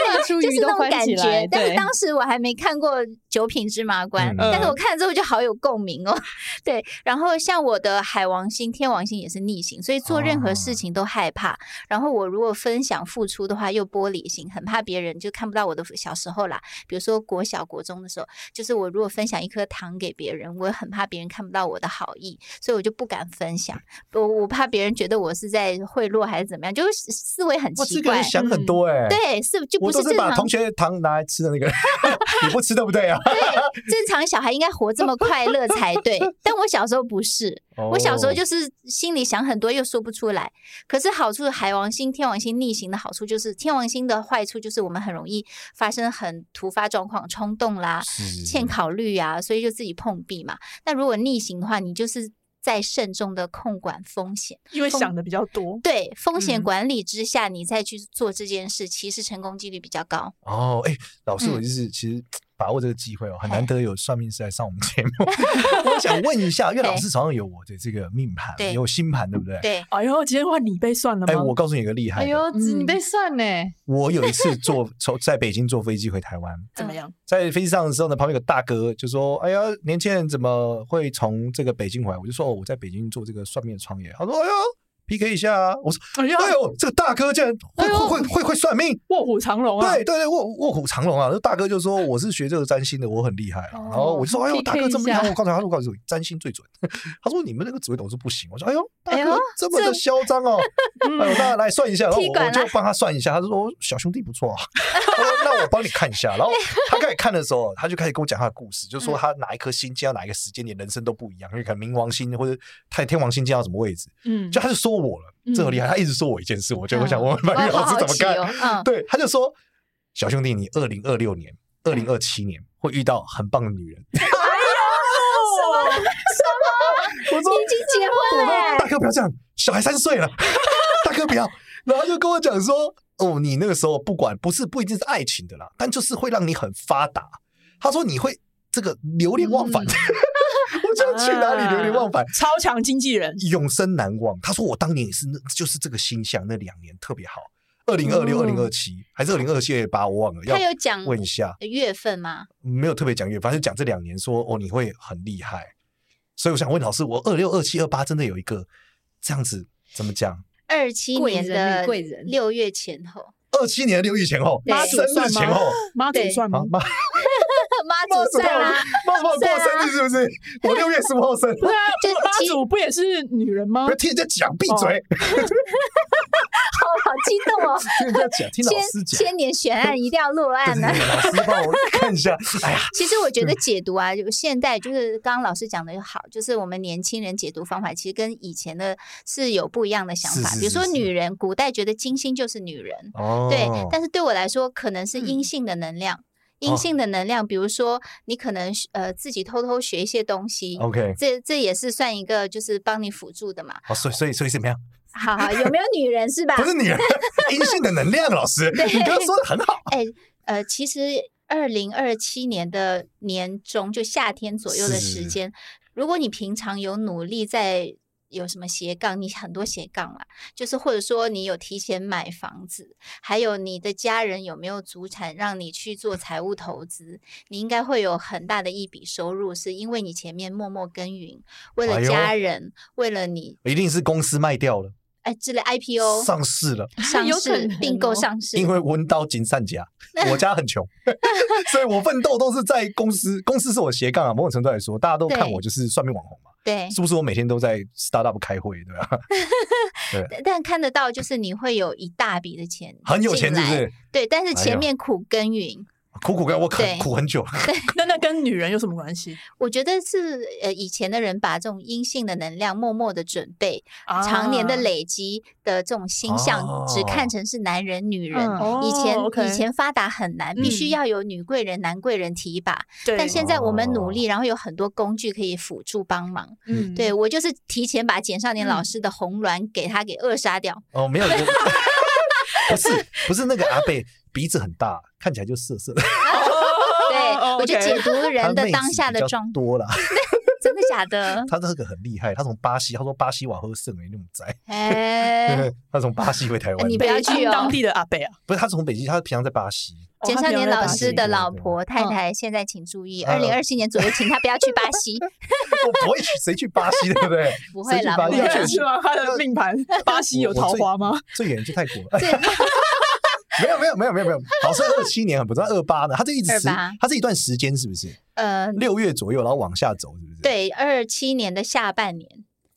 [SPEAKER 2] 大出
[SPEAKER 5] 就是
[SPEAKER 2] 鱼
[SPEAKER 5] 那
[SPEAKER 2] 都
[SPEAKER 5] 种
[SPEAKER 2] 翻
[SPEAKER 5] 感
[SPEAKER 2] 起来
[SPEAKER 5] 觉。，但是
[SPEAKER 2] 对
[SPEAKER 5] 当时我还没看过《九品芝麻官》
[SPEAKER 3] 嗯
[SPEAKER 5] 但是我看了之后就好有共鸣哦。 对，然后像我的海王星、天王星也是逆行，所以做任何
[SPEAKER 3] 哦
[SPEAKER 5] 事情都害怕。然后我如果分享付出的话，又玻璃心，很怕别人就看不到我的小时候啦。比如说国小、国中的时候，就是我如果分享一颗糖给别人，我很怕别人看不到我的好意，所以我就不敢分享。我我怕别人觉得我是在贿赂还是怎么样，就是思维很
[SPEAKER 3] 哇，
[SPEAKER 5] 奇
[SPEAKER 3] 这个
[SPEAKER 5] 怪
[SPEAKER 3] 人。想很多哎，。
[SPEAKER 5] 嗯对，是就不
[SPEAKER 3] 我都
[SPEAKER 5] 正
[SPEAKER 3] 是把
[SPEAKER 5] 常
[SPEAKER 3] 同学糖拿来吃的那个， 你不吃对不对啊？
[SPEAKER 5] 正常小孩应该活这么快乐才对，但我小时候不是，我小
[SPEAKER 3] 哦
[SPEAKER 5] 时候就是心里想很多又说不出来。可是好处，海王星、天王星逆行的好处就是，天王星的坏处就是我们很容易发生很突发状况、冲动啦、
[SPEAKER 3] 是
[SPEAKER 5] 欠考虑啊，所以就自己碰壁嘛。那如果逆行的话，你就是在慎重的控管风险。
[SPEAKER 1] 因为想的比较多。
[SPEAKER 5] 对风险
[SPEAKER 1] 嗯
[SPEAKER 5] 管理之下，你再去做这件事，其实成功几率比较高。
[SPEAKER 3] 哦，哎、老师，
[SPEAKER 5] 嗯
[SPEAKER 3] 我就是、其实把握这个机会哦，很
[SPEAKER 5] 嘿
[SPEAKER 3] 难得有算命师来上我们 节目，我想问一下，因为老
[SPEAKER 5] 嘿
[SPEAKER 3] 师手上有我的这个命盘，
[SPEAKER 5] 对
[SPEAKER 3] 有星盘，对不对？。
[SPEAKER 5] 对，
[SPEAKER 1] 哎呦，今天换你被算了
[SPEAKER 3] 哎、
[SPEAKER 1] 吗？
[SPEAKER 3] 我告诉你一个厉害
[SPEAKER 2] 哎
[SPEAKER 3] 的，
[SPEAKER 2] 呦，
[SPEAKER 1] 嗯
[SPEAKER 2] 你被算呢？
[SPEAKER 3] 我有一次坐从在北京坐飞机回台湾，
[SPEAKER 1] 怎么样？
[SPEAKER 3] 在飞机上的时候呢，旁边有个大哥就说：“哎呀，年轻人怎么会从这个北京回来？”我就说：“哦，我在北京做这个算命的创业。”他说：“哎呦，PK 一下啊！”我说：“
[SPEAKER 1] 哎呀，
[SPEAKER 3] 哎呦，这个大哥竟然会、
[SPEAKER 1] 哎呦
[SPEAKER 3] 会会会会算命。”
[SPEAKER 1] 卧虎藏龙啊！
[SPEAKER 3] 对 对对，卧卧虎藏龙啊！那大哥就说我是学这个占星的，我很厉害啊。然后我就说，哎呦，
[SPEAKER 2] PK
[SPEAKER 3] 大哥这么厉
[SPEAKER 2] 一
[SPEAKER 3] 害，
[SPEAKER 2] 下
[SPEAKER 3] 我告诉他，我告诉你，占星最准。 他说你们那个紫微斗数不行。我说，哎呦，大
[SPEAKER 5] 哎
[SPEAKER 3] 哥
[SPEAKER 5] 呦
[SPEAKER 3] 这么的嚣张哦！
[SPEAKER 1] 嗯
[SPEAKER 3] 哎呦，那来算一下，然后
[SPEAKER 5] 踢
[SPEAKER 3] 我
[SPEAKER 5] 馆
[SPEAKER 3] 我就
[SPEAKER 5] 啦
[SPEAKER 3] 帮他算一下。他说哦小兄弟不错啊，我 说那我帮你看一下。然后他开始看的时候，他就开始跟我讲他的故事，就
[SPEAKER 5] 嗯
[SPEAKER 3] 说他哪一颗星进到哪一个时间点，人生都不一样，因为可能冥王星或者太天王星进到什么位置，
[SPEAKER 1] 嗯
[SPEAKER 3] 就他就说我了，这很厉害。他一直说我一件事，我就我想问问
[SPEAKER 5] 嗯我
[SPEAKER 3] 白宇
[SPEAKER 5] 好
[SPEAKER 3] 老师
[SPEAKER 5] 好
[SPEAKER 3] 怎么
[SPEAKER 5] 奇
[SPEAKER 3] 看
[SPEAKER 5] 哦。，嗯，
[SPEAKER 3] 对，他就说：“小兄弟，你二零二六年、二零二七年会遇到很棒的女 人。
[SPEAKER 5] 哎 我说已经结婚了耶。
[SPEAKER 3] 大哥不要这样，小孩三岁了，大哥不要。”然后就跟我讲说：“哦，你那个时候不管不是不一定是爱情的啦，但就是会让你很发达。”他说：“你会这个流连忘
[SPEAKER 5] 嗯
[SPEAKER 3] 返。 我就去哪里流连忘返
[SPEAKER 1] 啊？超强经纪 人，
[SPEAKER 3] 永生难忘。他说我当年也是那，就是这个星象那两年特别好，二零二六、二零二七还是二零二七、二八，我忘了。要
[SPEAKER 5] 嗯他有嗯讲
[SPEAKER 3] 问一下，
[SPEAKER 5] 月份吗？
[SPEAKER 3] 没有特别讲月，反正讲这两年说哦你会很厉害，所以我想问老师，我二六、二七、二八真的有一个这样子怎么讲？
[SPEAKER 5] 二七
[SPEAKER 2] 贵
[SPEAKER 5] 年
[SPEAKER 2] 人
[SPEAKER 5] 的
[SPEAKER 1] 呃
[SPEAKER 2] 与贵人
[SPEAKER 5] 六月前后，
[SPEAKER 3] 二七年的六一前后，
[SPEAKER 5] 对
[SPEAKER 3] 生日前后，
[SPEAKER 1] 妈祖
[SPEAKER 5] 对
[SPEAKER 1] 算吗
[SPEAKER 3] 啊？妈 妈
[SPEAKER 5] 妈祖啊
[SPEAKER 3] 祖帮
[SPEAKER 5] 算
[SPEAKER 3] 我
[SPEAKER 5] 啦，
[SPEAKER 3] 妈祖帮我过生日是不是？我六月十五号生，
[SPEAKER 5] 哦
[SPEAKER 1] 对啊，
[SPEAKER 5] 就
[SPEAKER 1] 妈
[SPEAKER 5] 其
[SPEAKER 1] 祖不也是女人吗
[SPEAKER 5] 哦
[SPEAKER 3] 不要？听人家讲，闭嘴！
[SPEAKER 5] 好激动哦！
[SPEAKER 3] 听人家讲，听老师
[SPEAKER 5] 千
[SPEAKER 3] 讲，
[SPEAKER 5] 千啊年悬案一定要落
[SPEAKER 3] 对
[SPEAKER 5] 案
[SPEAKER 3] 对
[SPEAKER 5] 呢、
[SPEAKER 3] 对老师帮我看一 下。哎呀，
[SPEAKER 5] 其实我觉得解读啊，就现代就是刚刚老师讲的好，就是我们年轻人解读方法其实跟以前的是有不一样的想
[SPEAKER 3] 是
[SPEAKER 5] 法。
[SPEAKER 3] 是
[SPEAKER 5] 比如
[SPEAKER 3] 是
[SPEAKER 5] 说
[SPEAKER 3] 是
[SPEAKER 5] 女人，古代觉得金星就是女人，
[SPEAKER 3] 哦，嗯
[SPEAKER 5] 对，但是对我来说可能是阴性的能量。阴
[SPEAKER 3] 哦
[SPEAKER 5] 性的能量，比如说你可能呃自己偷偷学一些东西
[SPEAKER 3] OK，
[SPEAKER 5] 这这也是算一个就是帮你辅助的嘛。
[SPEAKER 3] 好，所以所以所以怎么样？
[SPEAKER 5] 好好，有没有女人是吧？
[SPEAKER 3] 不是你啊阴性的能量，老师，
[SPEAKER 5] 对
[SPEAKER 3] 你刚刚说的很好。
[SPEAKER 5] 呃，其实二零二七年的年中，就夏天左右的
[SPEAKER 3] 是
[SPEAKER 5] 时间，如果你平常有努力在。有什么斜杠？你很多斜杠啦，就是或者说你有提前买房子，还有你的家人有没有祖产让你去做财务投资，你应该会有很大的一笔收入，是因为你前面默默耕耘，为
[SPEAKER 3] 哎
[SPEAKER 5] 了
[SPEAKER 3] 呦
[SPEAKER 5] 家人，为了你
[SPEAKER 3] 一定是公司卖掉了，
[SPEAKER 5] 哎之类 IPO
[SPEAKER 3] 上市了，
[SPEAKER 5] 上
[SPEAKER 2] 有可
[SPEAKER 5] 市并
[SPEAKER 2] 能
[SPEAKER 5] 购
[SPEAKER 2] 哦
[SPEAKER 5] 上市，
[SPEAKER 3] 因为温刀金善家，我家很 穷，所以我奋斗都是在公司，公司是我斜杠啊。某种程度来说，大家都看
[SPEAKER 5] 对
[SPEAKER 3] 我就是算命网红嘛，
[SPEAKER 5] 对
[SPEAKER 3] 是不是？我每天都在 startup 开会，对吧、
[SPEAKER 5] 但但看得到，就是你会有一大笔的钱，
[SPEAKER 3] 很有钱，是不？是？
[SPEAKER 5] 对，但是
[SPEAKER 3] 哎
[SPEAKER 5] 前
[SPEAKER 3] 呦
[SPEAKER 5] 面苦耕耘，
[SPEAKER 3] 苦苦干，我啃
[SPEAKER 5] 对
[SPEAKER 3] 苦很久。
[SPEAKER 1] 那那跟女人有什么关系？
[SPEAKER 5] 我觉得是呃，以前的人把这种阴性的能量默默的准备，
[SPEAKER 1] 啊
[SPEAKER 5] 常年的累积的这种星象，只看
[SPEAKER 3] 哦
[SPEAKER 5] 成是男人、女人。
[SPEAKER 2] 嗯
[SPEAKER 5] 以前、
[SPEAKER 1] 哦，OK
[SPEAKER 5] 以前发达很难，必须
[SPEAKER 1] 嗯
[SPEAKER 5] 要有女贵人、男贵人提一把。
[SPEAKER 1] 对，
[SPEAKER 5] 但现在我们
[SPEAKER 3] 哦
[SPEAKER 5] 努力，然后有很多工具可以辅助帮忙。
[SPEAKER 1] 嗯
[SPEAKER 5] 对我就是提前把简少年老
[SPEAKER 1] 嗯
[SPEAKER 5] 师的红鸾给他给扼杀掉。
[SPEAKER 3] 哦，没有， 我不是不是那个阿贝鼻子很大，看起来就涩涩的。
[SPEAKER 5] 对，我就解读人
[SPEAKER 3] 他妹
[SPEAKER 5] 的
[SPEAKER 3] 子
[SPEAKER 5] 当下
[SPEAKER 3] 比
[SPEAKER 5] 的
[SPEAKER 3] 较
[SPEAKER 5] 状，
[SPEAKER 3] 多了。
[SPEAKER 5] 真的假的
[SPEAKER 3] ？他那个很厉害，他从巴西，他说巴西瓦喝剩没那么宅，
[SPEAKER 5] 哎，
[SPEAKER 3] 他从巴西回台湾
[SPEAKER 5] 你
[SPEAKER 3] 的，
[SPEAKER 5] 不要
[SPEAKER 1] 北
[SPEAKER 5] 去
[SPEAKER 1] 京
[SPEAKER 5] 哦
[SPEAKER 1] 当地的阿贝 啊，
[SPEAKER 3] 不是他从北京，他平常在巴西。
[SPEAKER 5] 简
[SPEAKER 1] 哦
[SPEAKER 5] 少
[SPEAKER 1] 他
[SPEAKER 5] 年
[SPEAKER 1] 比较热
[SPEAKER 5] 老
[SPEAKER 1] 巴西
[SPEAKER 5] 师的老
[SPEAKER 3] 对对
[SPEAKER 5] 婆太
[SPEAKER 1] 嗯
[SPEAKER 5] 太现在请注意，
[SPEAKER 3] 呃
[SPEAKER 5] 二零二七年左右，请他不要去巴 西，
[SPEAKER 3] 我不会去，谁去巴西，对不对？
[SPEAKER 5] 不会
[SPEAKER 3] 谁去
[SPEAKER 5] 啦
[SPEAKER 3] 巴
[SPEAKER 5] 不
[SPEAKER 3] 西哦
[SPEAKER 5] 会
[SPEAKER 3] 要
[SPEAKER 5] 啦
[SPEAKER 3] 去
[SPEAKER 1] 是吗？他的命盘，巴西有
[SPEAKER 3] 我我
[SPEAKER 1] 桃
[SPEAKER 3] 最
[SPEAKER 1] 花吗？
[SPEAKER 3] 最远去泰国了。 没有没有没有没有没有，好像二七年很不错，二八呢，他这一直持
[SPEAKER 5] 28，
[SPEAKER 3] 他这一段时间是不是
[SPEAKER 5] 呃，
[SPEAKER 3] 六月左右，然后往下走，是不是？，
[SPEAKER 5] 对，二七年的下半年，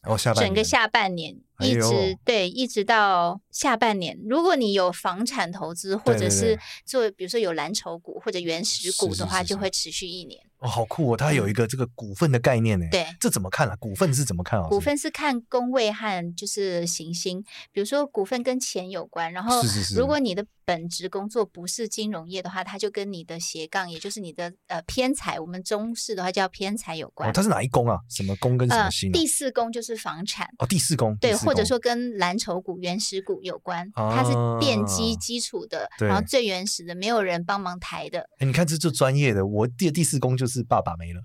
[SPEAKER 3] 然后哦下半
[SPEAKER 5] 整个
[SPEAKER 3] 年
[SPEAKER 5] 下半年
[SPEAKER 3] 哎
[SPEAKER 5] 一
[SPEAKER 3] 呦
[SPEAKER 5] 直对，一直到下半年。如果你有房产投资，或
[SPEAKER 3] 对
[SPEAKER 5] 者
[SPEAKER 3] 对
[SPEAKER 5] 是
[SPEAKER 3] 对
[SPEAKER 5] 做，比如说有蓝筹股或者原石股
[SPEAKER 3] 是是
[SPEAKER 5] 的话，
[SPEAKER 3] 是
[SPEAKER 5] 就是会持续一年。
[SPEAKER 3] 哦，好酷哦！它有一个这个股份的概念呢。
[SPEAKER 5] 嗯对
[SPEAKER 3] 这怎么看啊？股份是怎么看啊？
[SPEAKER 5] 股份是看宫位和就是行星，比如说股份跟钱有关，然
[SPEAKER 3] 老
[SPEAKER 5] 后
[SPEAKER 3] 师是是是，
[SPEAKER 5] 如果你的本职工作不是金融业的话，它就跟你的斜杠，也就是你的呃偏财，我们中式的话叫偏财有关。
[SPEAKER 3] 哦，它是哪一宫啊？什么宫跟什
[SPEAKER 5] 呃
[SPEAKER 3] 么星，啊？
[SPEAKER 5] 第四宫就是房产，
[SPEAKER 3] 哦，第四宫，
[SPEAKER 5] 对，
[SPEAKER 3] 第四
[SPEAKER 5] 或者
[SPEAKER 3] 宫
[SPEAKER 5] 说跟蓝筹股、原始股有关，它是奠基
[SPEAKER 3] 啊
[SPEAKER 5] 基础的，
[SPEAKER 3] 对
[SPEAKER 5] 然后最原始的，没有人帮忙抬的。
[SPEAKER 3] 哎你看这就专业的，我第第四宫就是爸爸没了，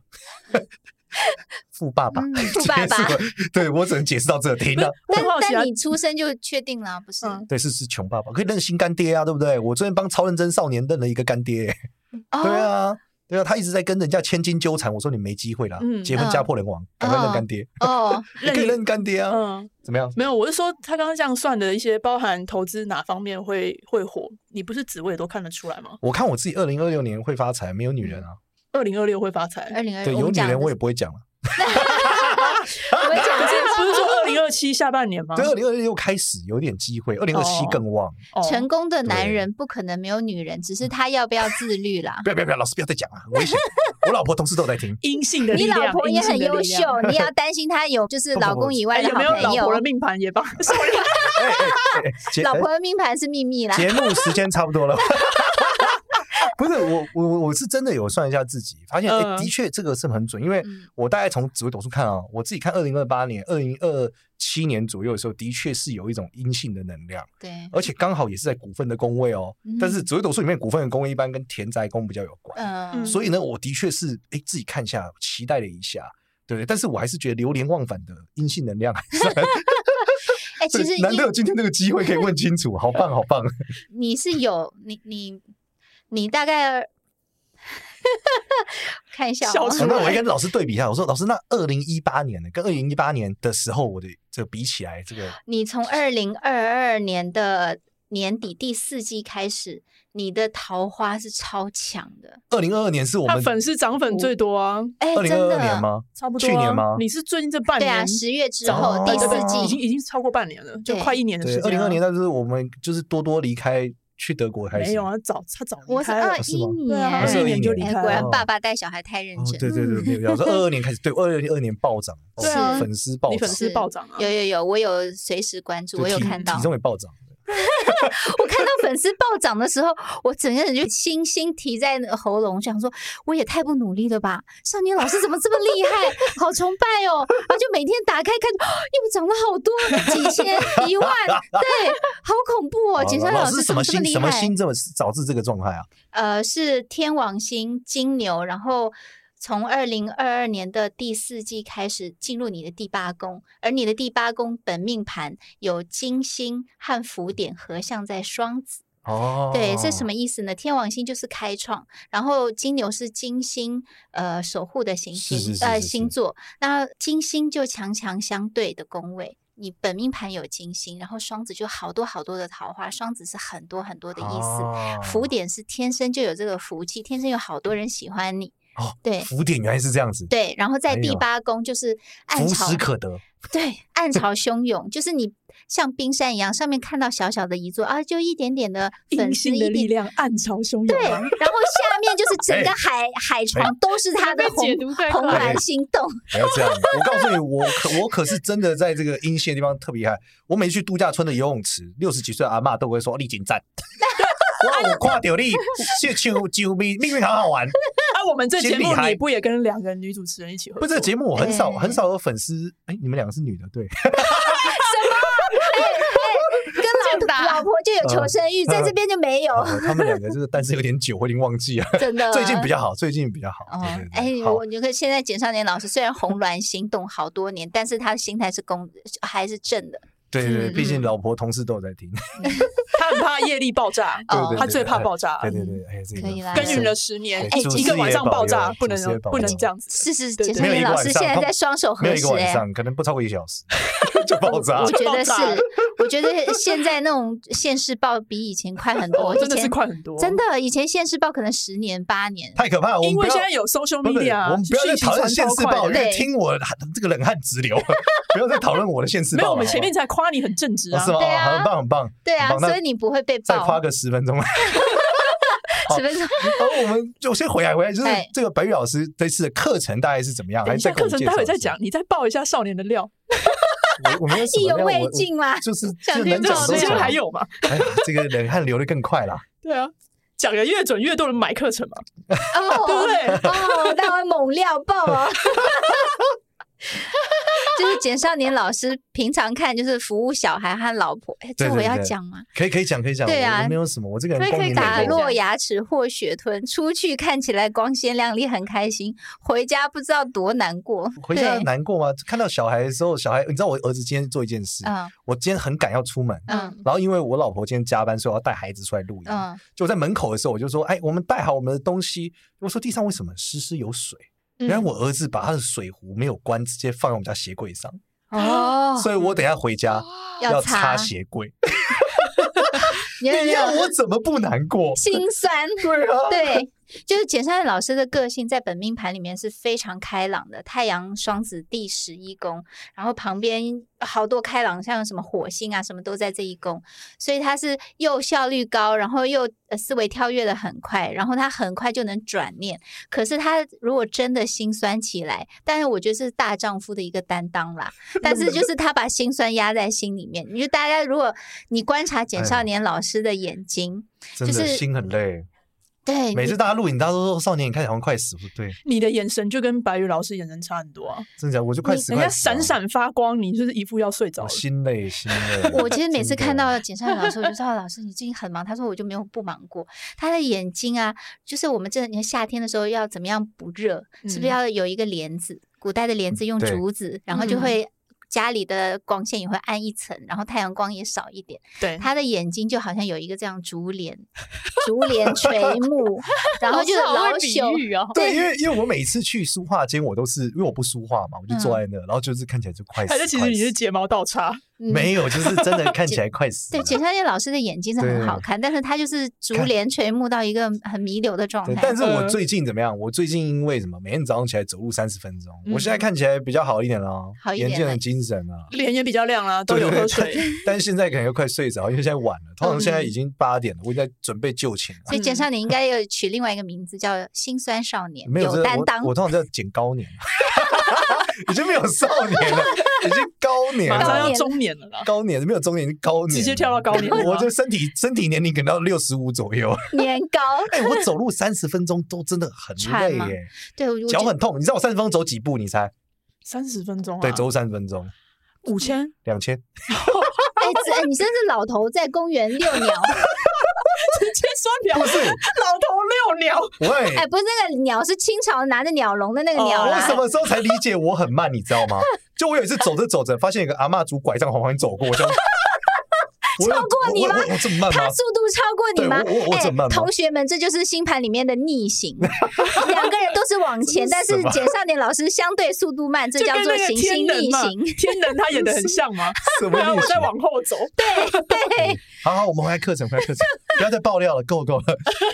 [SPEAKER 3] 富爸爸，
[SPEAKER 5] 嗯富爸
[SPEAKER 3] 直接
[SPEAKER 5] 爸
[SPEAKER 3] 是我，对我只能解释到这，停 了。
[SPEAKER 1] 我
[SPEAKER 5] 但
[SPEAKER 1] 很好奇啊
[SPEAKER 5] 但，你出生就确定了，不是？
[SPEAKER 1] 嗯
[SPEAKER 3] 对，是是穷爸爸，可以认新干爹啊，对不对？我昨天帮超认真少年认了一个干爹、
[SPEAKER 5] 哦
[SPEAKER 3] 对啊，对啊，他一直在跟人家千金纠缠，我说你没机会啦，
[SPEAKER 1] 嗯
[SPEAKER 3] 结婚家破人亡，赶
[SPEAKER 5] 嗯
[SPEAKER 3] 快认干爹，
[SPEAKER 5] 哦，
[SPEAKER 3] 你可以认干爹啊，
[SPEAKER 1] 嗯，
[SPEAKER 3] 怎么样？
[SPEAKER 1] 没有，我是说他刚刚这样算的一些，包含投资哪方面会会火，你不是紫薇也都看得出来吗？
[SPEAKER 3] 我看我自己二零二六年会发财，没有女人啊，
[SPEAKER 1] 二零二六会发财，
[SPEAKER 5] 二零二
[SPEAKER 3] 对，有女人我也不会讲了。
[SPEAKER 5] 我们讲
[SPEAKER 1] 可
[SPEAKER 5] 的
[SPEAKER 1] 是
[SPEAKER 5] 是
[SPEAKER 1] 不是说二零二七下半年吗？
[SPEAKER 3] 对，二零二六开始有点机会，二零二七
[SPEAKER 1] 啊哦
[SPEAKER 3] 更旺。
[SPEAKER 1] 哦
[SPEAKER 5] 成功的男
[SPEAKER 3] 对嗯
[SPEAKER 5] 人不可能没有女人，只是他要不要自律啦。
[SPEAKER 3] 不要不要不要，老师不要再讲了，很危险。我老婆同事都有在听，
[SPEAKER 1] 阴性的力
[SPEAKER 5] 你
[SPEAKER 1] 量，
[SPEAKER 5] 老婆也
[SPEAKER 1] 阴性
[SPEAKER 5] 很
[SPEAKER 1] 的
[SPEAKER 5] 优
[SPEAKER 1] 力
[SPEAKER 5] 秀
[SPEAKER 1] 量。，
[SPEAKER 5] 你要担心她有就是
[SPEAKER 3] 不
[SPEAKER 5] 老
[SPEAKER 3] 不
[SPEAKER 5] 公
[SPEAKER 3] 不
[SPEAKER 5] 以外
[SPEAKER 1] 哎
[SPEAKER 5] 的
[SPEAKER 1] 有
[SPEAKER 5] 好
[SPEAKER 1] 没有
[SPEAKER 5] 朋
[SPEAKER 1] 老
[SPEAKER 5] 友
[SPEAKER 1] 婆。的命盘也帮？Sorry
[SPEAKER 3] 哎哎哎哎节
[SPEAKER 5] 老
[SPEAKER 3] 哎
[SPEAKER 5] 婆的命盘是秘密啦。
[SPEAKER 3] 节目时间差不多了。不是我，我我我是真的有算一下自己，发现哎、
[SPEAKER 1] 嗯
[SPEAKER 3] 的确这个是很准，因为
[SPEAKER 5] 嗯
[SPEAKER 3] 我大概从紫微斗数看啊，我自己看二零二八年、二零二七年左右的时候，的确是有一种阴性的能量，
[SPEAKER 5] 对，
[SPEAKER 3] 而且刚好也是在股份的宫位哦。
[SPEAKER 5] 嗯
[SPEAKER 3] 但是紫微斗数里面股份的宫位一般跟田宅宫比较有关，
[SPEAKER 5] 嗯，
[SPEAKER 3] 所以呢，我的确是哎、自己看一下，期待了一下，对不对？但是我还是觉得流连忘返的阴性能量 还是很，
[SPEAKER 5] 哎，其实
[SPEAKER 3] 难得有
[SPEAKER 5] 你
[SPEAKER 3] 今天这个机会可以问清楚，好棒好棒。
[SPEAKER 5] 你是有你你你大概 看一下
[SPEAKER 1] 笑
[SPEAKER 5] 哦
[SPEAKER 1] 出来
[SPEAKER 3] 哦、那我 跟老师对比一下，我说老师，那二零一八年呢，跟二零一八年的时候，我的这个比起来，这个
[SPEAKER 5] 你从二零二二年的年底第四季开始，你的桃花是超强的，
[SPEAKER 3] 二零二二年是我
[SPEAKER 1] 他
[SPEAKER 3] 们
[SPEAKER 1] 粉丝涨粉最多啊，
[SPEAKER 5] 哎，
[SPEAKER 3] 二
[SPEAKER 5] 真
[SPEAKER 3] 零二
[SPEAKER 5] 的
[SPEAKER 3] 二年吗？
[SPEAKER 1] 差不多、啊。
[SPEAKER 3] 去年吗？
[SPEAKER 1] 你是最近这半
[SPEAKER 5] 对
[SPEAKER 1] 年？
[SPEAKER 5] 啊，十月之
[SPEAKER 3] 涨
[SPEAKER 5] 后
[SPEAKER 3] 哦
[SPEAKER 5] 第
[SPEAKER 1] 对
[SPEAKER 5] 四
[SPEAKER 1] 对对已经
[SPEAKER 5] 季，
[SPEAKER 1] 已经超过半年了，就
[SPEAKER 5] 对
[SPEAKER 1] 快一年的时间、
[SPEAKER 3] 对，
[SPEAKER 1] 啊。
[SPEAKER 3] 二零二年，但是我们就是多多离开去德国开始。
[SPEAKER 1] 没有啊，早他早
[SPEAKER 5] 我
[SPEAKER 1] 离
[SPEAKER 5] 是
[SPEAKER 1] 开了
[SPEAKER 5] 二
[SPEAKER 1] 哎、
[SPEAKER 3] 是
[SPEAKER 5] 一
[SPEAKER 3] 吗
[SPEAKER 5] 年，
[SPEAKER 1] 对啊
[SPEAKER 3] 21年就离
[SPEAKER 5] 哎
[SPEAKER 1] 开
[SPEAKER 5] 果然
[SPEAKER 3] 了
[SPEAKER 5] 爸爸带小孩太认
[SPEAKER 3] 哦，
[SPEAKER 5] 真。
[SPEAKER 3] 对对对，没有。然后二二年开始，对，二二年暴涨，哦
[SPEAKER 1] 对啊
[SPEAKER 3] 粉丝暴
[SPEAKER 1] 你
[SPEAKER 3] 涨
[SPEAKER 1] 粉，丝
[SPEAKER 5] 是
[SPEAKER 1] 暴涨啊！
[SPEAKER 5] 有有有，我有随时关注，
[SPEAKER 3] 对
[SPEAKER 5] 我有
[SPEAKER 3] 体
[SPEAKER 5] 看到
[SPEAKER 3] 体。重也暴涨。
[SPEAKER 5] 我看到粉丝暴涨的时候，我整个人就星星提在那个喉咙，想说我也太不努力了吧！少年老师怎么这么厉害，好崇拜哦！然后就每天打开看，哦又涨了好多，几千、一万，对，好恐怖哦！景
[SPEAKER 3] 好
[SPEAKER 5] 山
[SPEAKER 3] 老
[SPEAKER 5] 师
[SPEAKER 3] 什
[SPEAKER 5] 怎
[SPEAKER 3] 么
[SPEAKER 5] 这么
[SPEAKER 3] 星
[SPEAKER 5] 厉
[SPEAKER 3] 什么
[SPEAKER 5] 害
[SPEAKER 3] 星？这么导致这个状态啊？
[SPEAKER 5] 呃，是天王星金牛，然后。从二零二二年的第四季开始进入你的第八宫，而你的第八宫本命盘有金星和福点合相在双子，
[SPEAKER 3] 哦，
[SPEAKER 5] 对，这什么？意思呢？天王星就是开创，然后金牛是金星，呃，守护的行
[SPEAKER 3] 是
[SPEAKER 5] 星，
[SPEAKER 3] 是是
[SPEAKER 5] 呃，
[SPEAKER 3] 是是
[SPEAKER 5] 星座。那金星就强强相对的宫位，你本命盘有金星，然后双子就好多好多的桃花，双子是很多很多的意思。
[SPEAKER 3] 思
[SPEAKER 5] 福点是天生就有这个福气，天生有好多人喜欢你。
[SPEAKER 3] 哦
[SPEAKER 5] 对
[SPEAKER 3] 福点原来是这样子，
[SPEAKER 5] 对，然后在
[SPEAKER 3] 哎
[SPEAKER 5] 第
[SPEAKER 3] 呦
[SPEAKER 5] 八宫就是暗
[SPEAKER 3] 福
[SPEAKER 5] 潮
[SPEAKER 3] 时可得，
[SPEAKER 5] 对，暗潮汹涌，就是你像冰山一样，上面看到小小的一座啊，就一点点的粉
[SPEAKER 1] 阴
[SPEAKER 5] 丝，
[SPEAKER 1] 性
[SPEAKER 5] 一
[SPEAKER 1] 的
[SPEAKER 5] 点
[SPEAKER 1] 力量暗潮汹涌、
[SPEAKER 5] 对，然
[SPEAKER 1] 啊。
[SPEAKER 5] 后下面就是整
[SPEAKER 3] 哎
[SPEAKER 5] 个海、海床都是他的
[SPEAKER 1] 被解
[SPEAKER 5] 红
[SPEAKER 1] 读太
[SPEAKER 5] 红
[SPEAKER 1] 快
[SPEAKER 5] 蓝
[SPEAKER 3] 了
[SPEAKER 5] 心动，
[SPEAKER 3] 不要这样。我告诉你，我可我可是真的在这个阴线的地方特别厉害。我每次去度假村的游泳池，六十几岁的阿嬷都会说：“丽景 赞。”我我跨掉你，就就就命命运好好玩。
[SPEAKER 1] 啊，我们这节目
[SPEAKER 3] 心里嗨
[SPEAKER 1] 你不也跟两个女主持人一起合作？
[SPEAKER 3] 不是这个节目，我很少
[SPEAKER 5] 哎
[SPEAKER 3] 很少有粉丝。哎，你们两个是女的，对，
[SPEAKER 5] 跟老老婆就有
[SPEAKER 3] 嗯
[SPEAKER 5] 求生欲，在这边就没有，
[SPEAKER 3] 哦他们两个这个单身有点久，我已经忘记了。
[SPEAKER 5] 真的。
[SPEAKER 3] 最近比较好，最近比较好。
[SPEAKER 5] 哦
[SPEAKER 3] 对对，
[SPEAKER 5] 哎
[SPEAKER 3] 对，好
[SPEAKER 5] 我觉得现在简少年老师虽然红鸾心动好多年，但是他的心态是公还是正的。
[SPEAKER 3] 对对对，
[SPEAKER 5] 嗯
[SPEAKER 3] 毕竟老婆同事都有在 听。
[SPEAKER 1] 他很怕业力爆炸，
[SPEAKER 5] 哦
[SPEAKER 3] 对对对
[SPEAKER 1] 他最怕爆炸。
[SPEAKER 3] 对对对，哎，这个
[SPEAKER 5] 可以啦
[SPEAKER 1] 耕耘了
[SPEAKER 3] 是
[SPEAKER 1] 十年，
[SPEAKER 3] 对
[SPEAKER 1] 一
[SPEAKER 3] 主
[SPEAKER 1] 一
[SPEAKER 3] 持
[SPEAKER 1] 个
[SPEAKER 3] 也
[SPEAKER 1] 晚上
[SPEAKER 3] 保
[SPEAKER 1] 爆
[SPEAKER 3] 佑
[SPEAKER 1] 炸，
[SPEAKER 3] 主
[SPEAKER 1] 不能
[SPEAKER 3] 持也保
[SPEAKER 1] 不能
[SPEAKER 3] 佑
[SPEAKER 1] 这样子。
[SPEAKER 5] 是是，
[SPEAKER 1] 对
[SPEAKER 5] 简
[SPEAKER 1] 对
[SPEAKER 5] 少
[SPEAKER 3] 没有
[SPEAKER 5] 年
[SPEAKER 3] 一个
[SPEAKER 5] 老
[SPEAKER 3] 晚
[SPEAKER 5] 师
[SPEAKER 3] 上，
[SPEAKER 5] 现在
[SPEAKER 3] 他
[SPEAKER 5] 在双手
[SPEAKER 3] 没
[SPEAKER 5] 合
[SPEAKER 3] 有一
[SPEAKER 5] 十、
[SPEAKER 3] 个晚
[SPEAKER 5] 哎。
[SPEAKER 3] 上，可啊能不超过一个小 时就爆炸
[SPEAKER 5] 我。觉
[SPEAKER 1] 爆
[SPEAKER 5] 得 是
[SPEAKER 1] 炸了，
[SPEAKER 5] 我觉得现在那种现世报比以前快很多，
[SPEAKER 1] 哦
[SPEAKER 5] 以
[SPEAKER 1] 真的是
[SPEAKER 5] 前
[SPEAKER 1] 快很多
[SPEAKER 5] 真的，以前现世报可能十年八年，
[SPEAKER 3] 太可怕了！我们
[SPEAKER 1] 因
[SPEAKER 3] 不
[SPEAKER 1] 为
[SPEAKER 3] 要
[SPEAKER 1] 现在有 social
[SPEAKER 3] 不是
[SPEAKER 1] media，
[SPEAKER 3] 我们不要再
[SPEAKER 1] 讯息
[SPEAKER 3] 讨论
[SPEAKER 1] 传
[SPEAKER 3] 现
[SPEAKER 1] 超
[SPEAKER 3] 世
[SPEAKER 1] 快
[SPEAKER 3] 报，
[SPEAKER 1] 的
[SPEAKER 3] 因为
[SPEAKER 5] 对
[SPEAKER 3] 听我这个冷汗直流， 不要再讨论我的现世
[SPEAKER 1] 没
[SPEAKER 3] 报
[SPEAKER 1] 有，我
[SPEAKER 3] 了。
[SPEAKER 1] 们
[SPEAKER 3] 好不好
[SPEAKER 1] 前面才夸你很正直
[SPEAKER 3] 哦
[SPEAKER 1] 啊
[SPEAKER 3] 是。吗？
[SPEAKER 5] 对
[SPEAKER 3] 哦
[SPEAKER 5] 啊
[SPEAKER 3] 很棒，很棒。
[SPEAKER 5] 对啊
[SPEAKER 3] 很，棒
[SPEAKER 5] 所以你不会被
[SPEAKER 3] 再
[SPEAKER 5] 爆
[SPEAKER 3] 夸。个十分钟。 好
[SPEAKER 5] 十分钟，
[SPEAKER 3] 然后我们就先回来，回来就是
[SPEAKER 5] 哎
[SPEAKER 3] 这个白玉老师这次的课程大概是怎么样？
[SPEAKER 1] 等
[SPEAKER 3] 还
[SPEAKER 1] 一
[SPEAKER 3] 是
[SPEAKER 1] 下
[SPEAKER 3] 再给
[SPEAKER 1] 哎课
[SPEAKER 3] 我们
[SPEAKER 1] 程
[SPEAKER 3] 介
[SPEAKER 1] 待
[SPEAKER 3] 绍
[SPEAKER 1] 会
[SPEAKER 3] 一下
[SPEAKER 1] 再讲，。你再爆一下少年的料，
[SPEAKER 3] 我我们有什
[SPEAKER 5] 意
[SPEAKER 3] 么
[SPEAKER 5] 犹
[SPEAKER 3] 料
[SPEAKER 5] 未
[SPEAKER 3] 我
[SPEAKER 5] 尽啦
[SPEAKER 3] 我就是
[SPEAKER 5] 想
[SPEAKER 3] 就
[SPEAKER 5] 听
[SPEAKER 3] 能
[SPEAKER 1] 这
[SPEAKER 5] 到
[SPEAKER 3] 讲
[SPEAKER 5] 的
[SPEAKER 3] 都
[SPEAKER 1] 时
[SPEAKER 5] 料
[SPEAKER 1] 间
[SPEAKER 3] 讲
[SPEAKER 1] 还。有嘛？
[SPEAKER 3] 哎呀，这个冷汗流得更快啦。
[SPEAKER 1] 对啊，讲的越准越多人买课程嘛， 对不
[SPEAKER 5] 哦
[SPEAKER 1] 对？
[SPEAKER 5] 哦，那我猛料爆哦！就是简少年老师平常看就是服务小孩和老婆，哎，
[SPEAKER 3] 对
[SPEAKER 5] 这
[SPEAKER 3] 对
[SPEAKER 5] 我要
[SPEAKER 3] 对
[SPEAKER 5] 讲吗？
[SPEAKER 3] 可以可以讲可以讲，
[SPEAKER 5] 对
[SPEAKER 3] 我
[SPEAKER 5] 啊
[SPEAKER 3] 我没有什么，我这个人
[SPEAKER 2] 所以
[SPEAKER 3] 光
[SPEAKER 2] 可以
[SPEAKER 3] 明磊
[SPEAKER 5] 打
[SPEAKER 3] 落。
[SPEAKER 5] 落牙齿或血吞，出去看起来光鲜亮丽，很开心；回家不知道多难过。
[SPEAKER 3] 回家
[SPEAKER 5] 对
[SPEAKER 3] 难过吗？看到小孩的时候，小孩，你知道我儿子今天做一件事，
[SPEAKER 5] 嗯
[SPEAKER 3] 我今天很赶要出门，
[SPEAKER 5] 嗯
[SPEAKER 3] 然后因为我老婆今天加班，所以我要带孩子出来露营。
[SPEAKER 5] 嗯
[SPEAKER 3] 就在门口的时候，我就说：“哎，我们带好我们的东西。”我说：“地上为什么湿湿有水？”
[SPEAKER 1] 嗯
[SPEAKER 3] 然后我儿子把他的水壶没有关，直接放在我们家鞋柜上，
[SPEAKER 5] 哦，
[SPEAKER 3] 所以我等一下回家
[SPEAKER 5] 要
[SPEAKER 3] 要擦
[SPEAKER 5] 擦
[SPEAKER 3] 鞋 柜。
[SPEAKER 5] 你
[SPEAKER 3] 你要我怎么不难过？
[SPEAKER 5] 心酸。
[SPEAKER 3] 对啊，
[SPEAKER 5] 对，就是简善老师的个性在本命盘里面是非常开朗的，太阳双子第十一宫，然后旁边好多开朗，像什么火星啊，什么都在这一宫，所以他是又效率高，然后又呃思维跳跃的很快，然后他很快就能转念。可是他如果真的心酸起来，但是我觉得这是大丈夫的一个担 当啦。但是就是他把心酸压在心里面，你就大家如果你观察
[SPEAKER 3] 哎
[SPEAKER 5] 简
[SPEAKER 3] 呀
[SPEAKER 5] 少年老师的眼睛，
[SPEAKER 3] 真的
[SPEAKER 5] 就是
[SPEAKER 3] 心很累。
[SPEAKER 5] 对，
[SPEAKER 3] 每
[SPEAKER 5] 你
[SPEAKER 3] 次大家录影，大家都说少年，你看起来好像快死，不对，
[SPEAKER 1] 你的眼神就跟白宇老师眼神差很多啊，
[SPEAKER 3] 真的假的？我就快死，
[SPEAKER 1] 人家
[SPEAKER 3] 快死啊
[SPEAKER 1] 闪，闪发光，你就是一副要睡着
[SPEAKER 3] 我
[SPEAKER 1] 了。
[SPEAKER 3] 心累，心累。
[SPEAKER 5] 我其实每次
[SPEAKER 3] 真的
[SPEAKER 5] 看到简少年老师，我就知道老师你最近很忙。他说我就没有不忙过。他的眼睛啊，就是我们这你看夏天的时候要怎么样不热，是不是
[SPEAKER 1] 嗯
[SPEAKER 5] 要有一个帘子？古代的帘子用
[SPEAKER 3] 对
[SPEAKER 5] 竹子，然后就
[SPEAKER 1] 嗯
[SPEAKER 5] 会。家里的光线也会暗一层，然后太阳光也少一点。
[SPEAKER 1] 对，
[SPEAKER 5] 他的眼睛就好像有一个这样竹帘，竹帘垂目，然后就是
[SPEAKER 2] 老师好
[SPEAKER 5] 老
[SPEAKER 2] 会比
[SPEAKER 5] 朽。
[SPEAKER 2] 喻哦，
[SPEAKER 3] 对，因为因为我每次去书画间，我都是因为我不书画嘛，我就坐在那，然后就是看起来就快死。
[SPEAKER 1] 还是其实
[SPEAKER 3] 快
[SPEAKER 1] 你是
[SPEAKER 3] 死
[SPEAKER 1] 睫毛倒插，
[SPEAKER 5] 嗯
[SPEAKER 3] 没有，就是真的看起来快死
[SPEAKER 5] 对，
[SPEAKER 3] 了。
[SPEAKER 5] 简小姐老师的眼睛是很好
[SPEAKER 3] 对
[SPEAKER 5] 看，但是她就是逐
[SPEAKER 3] 看
[SPEAKER 5] 帘垂暮到一个很弥留的状
[SPEAKER 3] 对
[SPEAKER 5] 态。
[SPEAKER 3] 但是我
[SPEAKER 1] 嗯
[SPEAKER 3] 最近怎么样？我最近因为什么？每天早上起来走路三十分钟，我现在
[SPEAKER 1] 嗯
[SPEAKER 3] 看起来比较好一点了，
[SPEAKER 5] 好一
[SPEAKER 3] 眼
[SPEAKER 5] 点
[SPEAKER 3] 睛
[SPEAKER 5] 了
[SPEAKER 3] 很精神啊。
[SPEAKER 1] 脸也比较亮啦，都有
[SPEAKER 3] 对
[SPEAKER 1] 喝水。
[SPEAKER 3] 但但现在可能又快睡着，因为现在晚了。通常现在已
[SPEAKER 5] 嗯
[SPEAKER 3] 经八点了，我在准备就寝了。
[SPEAKER 5] 所以简少年应该要取另外一个名字，叫“心酸少年”，
[SPEAKER 3] 没有这
[SPEAKER 5] 担
[SPEAKER 3] 我
[SPEAKER 5] 当
[SPEAKER 3] 我。通常叫剪高 年，已经没有少年了，已经高年
[SPEAKER 1] 马上
[SPEAKER 5] 高
[SPEAKER 1] 要
[SPEAKER 3] 了。
[SPEAKER 5] 年
[SPEAKER 1] 中年了啦，
[SPEAKER 3] 高年没有中年，高年
[SPEAKER 1] 直接跳到高年了
[SPEAKER 3] 我这身体身体年龄可能到六十五左右。
[SPEAKER 5] 年糕，
[SPEAKER 3] 哎、我走路三十分钟都真的很
[SPEAKER 5] 喘
[SPEAKER 3] 累
[SPEAKER 5] 吗
[SPEAKER 3] 耶，
[SPEAKER 5] 对，我
[SPEAKER 3] 脚
[SPEAKER 5] 觉得
[SPEAKER 3] 很痛。你知道我三十分钟走几步？你猜？
[SPEAKER 1] 三十分钟啊，
[SPEAKER 3] 对，嗯走三十分钟，
[SPEAKER 1] 五千，
[SPEAKER 3] 两 千。
[SPEAKER 5] 哎，这哎你真是老头在公园遛
[SPEAKER 1] 直
[SPEAKER 5] 鸟，
[SPEAKER 1] 接说鸟，
[SPEAKER 3] 不是
[SPEAKER 1] 老头遛鸟，
[SPEAKER 3] 喂，
[SPEAKER 5] 哎，不是那个鸟，是清朝拿着鸟笼的那个
[SPEAKER 1] 哦
[SPEAKER 5] 鸟
[SPEAKER 1] 我
[SPEAKER 3] 我
[SPEAKER 5] 啦
[SPEAKER 3] 什。么时候才理解我很慢？你知道吗？就我有一次走着走着，发现有个阿嬷拄拐杖缓缓走过，我就 超
[SPEAKER 5] 过你吗
[SPEAKER 3] 我我我这么慢
[SPEAKER 5] 他
[SPEAKER 3] 吗？
[SPEAKER 5] 速度超过你
[SPEAKER 3] 对
[SPEAKER 5] 吗？
[SPEAKER 3] 我我我
[SPEAKER 5] 哎
[SPEAKER 3] 怎么办吗
[SPEAKER 5] 同学们，这就是星盘里面的 逆行，两个人都是往前，
[SPEAKER 3] 这是
[SPEAKER 5] 但
[SPEAKER 3] 什
[SPEAKER 5] 是
[SPEAKER 3] 么
[SPEAKER 5] 简少年老师相对速度慢，这
[SPEAKER 1] 就
[SPEAKER 5] 叫
[SPEAKER 1] 跟
[SPEAKER 5] 做
[SPEAKER 1] 那个
[SPEAKER 5] 行星
[SPEAKER 1] 天
[SPEAKER 5] 逆
[SPEAKER 1] 能嘛
[SPEAKER 5] 行。，
[SPEAKER 1] 天能他演的很像吗？
[SPEAKER 3] 什么
[SPEAKER 1] 对啊，
[SPEAKER 3] 意
[SPEAKER 1] 我
[SPEAKER 3] 思
[SPEAKER 1] 在？往后走，
[SPEAKER 3] 好好，我们回来课程，回来课 程，不要再爆料了，够够了。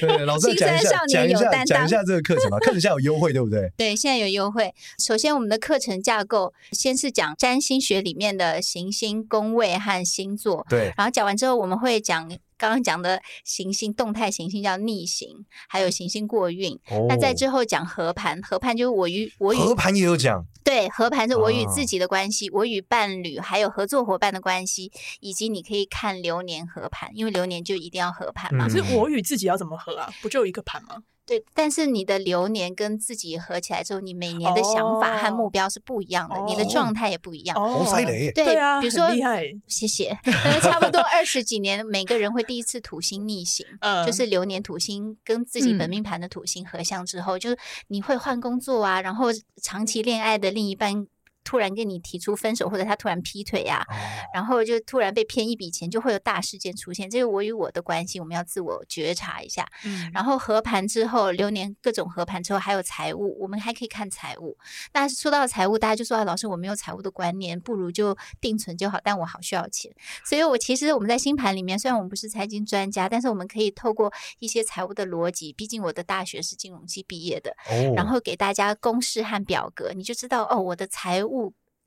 [SPEAKER 3] 对，老师
[SPEAKER 5] 青
[SPEAKER 3] 讲一
[SPEAKER 5] 山
[SPEAKER 3] 下
[SPEAKER 5] 少，
[SPEAKER 3] 讲
[SPEAKER 5] 年
[SPEAKER 3] 一
[SPEAKER 5] 有
[SPEAKER 3] 下，
[SPEAKER 5] 担
[SPEAKER 3] 讲一
[SPEAKER 5] 当
[SPEAKER 3] 下这个课程吧。课程现在有优惠，对不对？
[SPEAKER 5] 对，现在有优惠。首先，我们的课程架构先是讲占星学里面的行星宫位和星座，
[SPEAKER 3] 对，
[SPEAKER 5] 然后讲完之后，我们会讲刚刚讲的行星动态行星叫逆行，还有行星过运。
[SPEAKER 3] 哦
[SPEAKER 5] 那在之后讲合盘，合盘就是我与我与
[SPEAKER 3] 合盘也有讲，
[SPEAKER 5] 对合盘是我与
[SPEAKER 3] 哦
[SPEAKER 1] 啊
[SPEAKER 5] 自己的关系，我与伴侣还有合作伙伴的关系，以及你可以看流年合盘，因为流年就一定要合
[SPEAKER 3] 嗯
[SPEAKER 5] 盘嘛。
[SPEAKER 1] 可是我与自己要怎么合
[SPEAKER 5] 嗯
[SPEAKER 1] 啊？不就有一个盘吗？
[SPEAKER 5] 对，但是你的流年跟自己合起来之后，你每年的想法和目
[SPEAKER 1] 哦
[SPEAKER 5] 标是不一样的，你的
[SPEAKER 1] 哦
[SPEAKER 5] 状态也不一样。
[SPEAKER 1] 哦
[SPEAKER 3] 红塞雷，
[SPEAKER 5] 嗯对
[SPEAKER 1] 对啊，
[SPEAKER 5] 比如
[SPEAKER 1] 很
[SPEAKER 5] 说
[SPEAKER 1] 厉害，
[SPEAKER 5] 谢谢。 那差不多二十几年，每个人会第一次土星逆行，
[SPEAKER 1] 嗯，
[SPEAKER 5] 就是流年土星跟自己本命盘的土星合相之后，就是你会换工作啊，然后长期恋爱的另一半突然跟你提出分手，或者他突然劈腿啊，
[SPEAKER 3] 哦
[SPEAKER 5] 然后就突然被骗一笔钱，就会有大事件出现。这是我与我的关系，我们要自我觉察一下。
[SPEAKER 1] 嗯，
[SPEAKER 5] 然后合盘之后，流年各种合盘之后，还有财务，我们还可以看财务。那说到财务，大家就说啊，老师我没有财务的观念，不如就定存就好，但我好需要钱。所以我其实我们在星盘里面，虽然我们不是财经专家，但是我们可以透过一些财务的逻辑，毕竟我的大学是金融系毕业的，
[SPEAKER 3] 哦，
[SPEAKER 1] 嗯
[SPEAKER 5] 然后给大家公式和表格，你就知道哦，我的财务。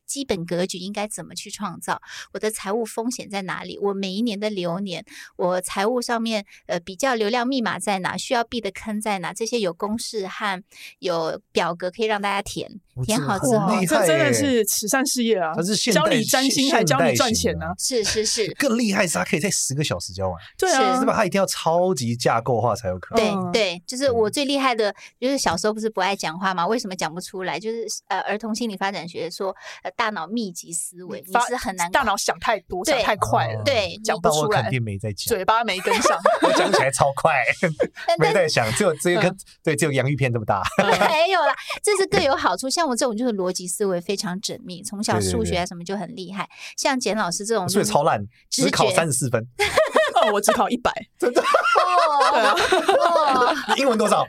[SPEAKER 5] 基本格局应该怎么去创造？我的财务风险在哪里？我每一年的流年，我财务上面呃比较流量密码在哪？需要避的坑在哪？这些有公式和有表格可以让大家填
[SPEAKER 3] 我，
[SPEAKER 5] 填
[SPEAKER 3] 这
[SPEAKER 5] 好
[SPEAKER 3] 个
[SPEAKER 5] 之
[SPEAKER 3] 很
[SPEAKER 5] 后
[SPEAKER 1] 哇，
[SPEAKER 3] 厉，
[SPEAKER 1] 哦这
[SPEAKER 3] 害
[SPEAKER 1] 真的
[SPEAKER 3] 耶
[SPEAKER 1] 是慈善事业啊！
[SPEAKER 3] 哦它是现
[SPEAKER 1] 教
[SPEAKER 3] 代
[SPEAKER 1] 你占星，还
[SPEAKER 3] 现
[SPEAKER 1] 教你
[SPEAKER 3] 代
[SPEAKER 1] 赚
[SPEAKER 3] 型啊
[SPEAKER 1] 钱啊
[SPEAKER 3] 的
[SPEAKER 1] 呢。
[SPEAKER 5] 是是是，
[SPEAKER 3] 更厉害是它可以在十个小时教完，
[SPEAKER 1] 对啊，
[SPEAKER 5] 是
[SPEAKER 3] 是吧？它一定要超级架构化才有可能。
[SPEAKER 5] 对
[SPEAKER 1] 嗯
[SPEAKER 5] 对，就是我最厉害的，就是小时候不是不爱讲话吗？为什么讲不出来？就是呃，儿童心理发展学说，呃，大脑密集思维，你
[SPEAKER 1] 发
[SPEAKER 5] 是很难
[SPEAKER 1] 大脑想太多，
[SPEAKER 5] 对
[SPEAKER 1] 想太快
[SPEAKER 3] 哦
[SPEAKER 1] 了，
[SPEAKER 5] 对
[SPEAKER 1] 讲不
[SPEAKER 3] 但
[SPEAKER 1] 出
[SPEAKER 3] 我肯
[SPEAKER 1] 来，
[SPEAKER 3] 定没在讲，
[SPEAKER 1] 嘴巴没跟 上。
[SPEAKER 3] 我讲起来超快，
[SPEAKER 5] 但
[SPEAKER 3] 没
[SPEAKER 5] 但
[SPEAKER 3] 在想，只有这
[SPEAKER 5] 嗯
[SPEAKER 3] 个对，只有洋芋片这么大。
[SPEAKER 5] 没有啦，这是各有好处。像我这种就是逻辑思维非常缜密，从小
[SPEAKER 3] 对对
[SPEAKER 5] 数学
[SPEAKER 3] 对啊
[SPEAKER 5] 啊什么就很厉害。像简老师这种，
[SPEAKER 3] 所以超烂，
[SPEAKER 5] 嗯直
[SPEAKER 3] 只考
[SPEAKER 5] 觉
[SPEAKER 3] 三十四分，
[SPEAKER 1] 哦，我只考一百， 对
[SPEAKER 5] 哦
[SPEAKER 1] 啊，
[SPEAKER 5] 哦，
[SPEAKER 3] 英文多少？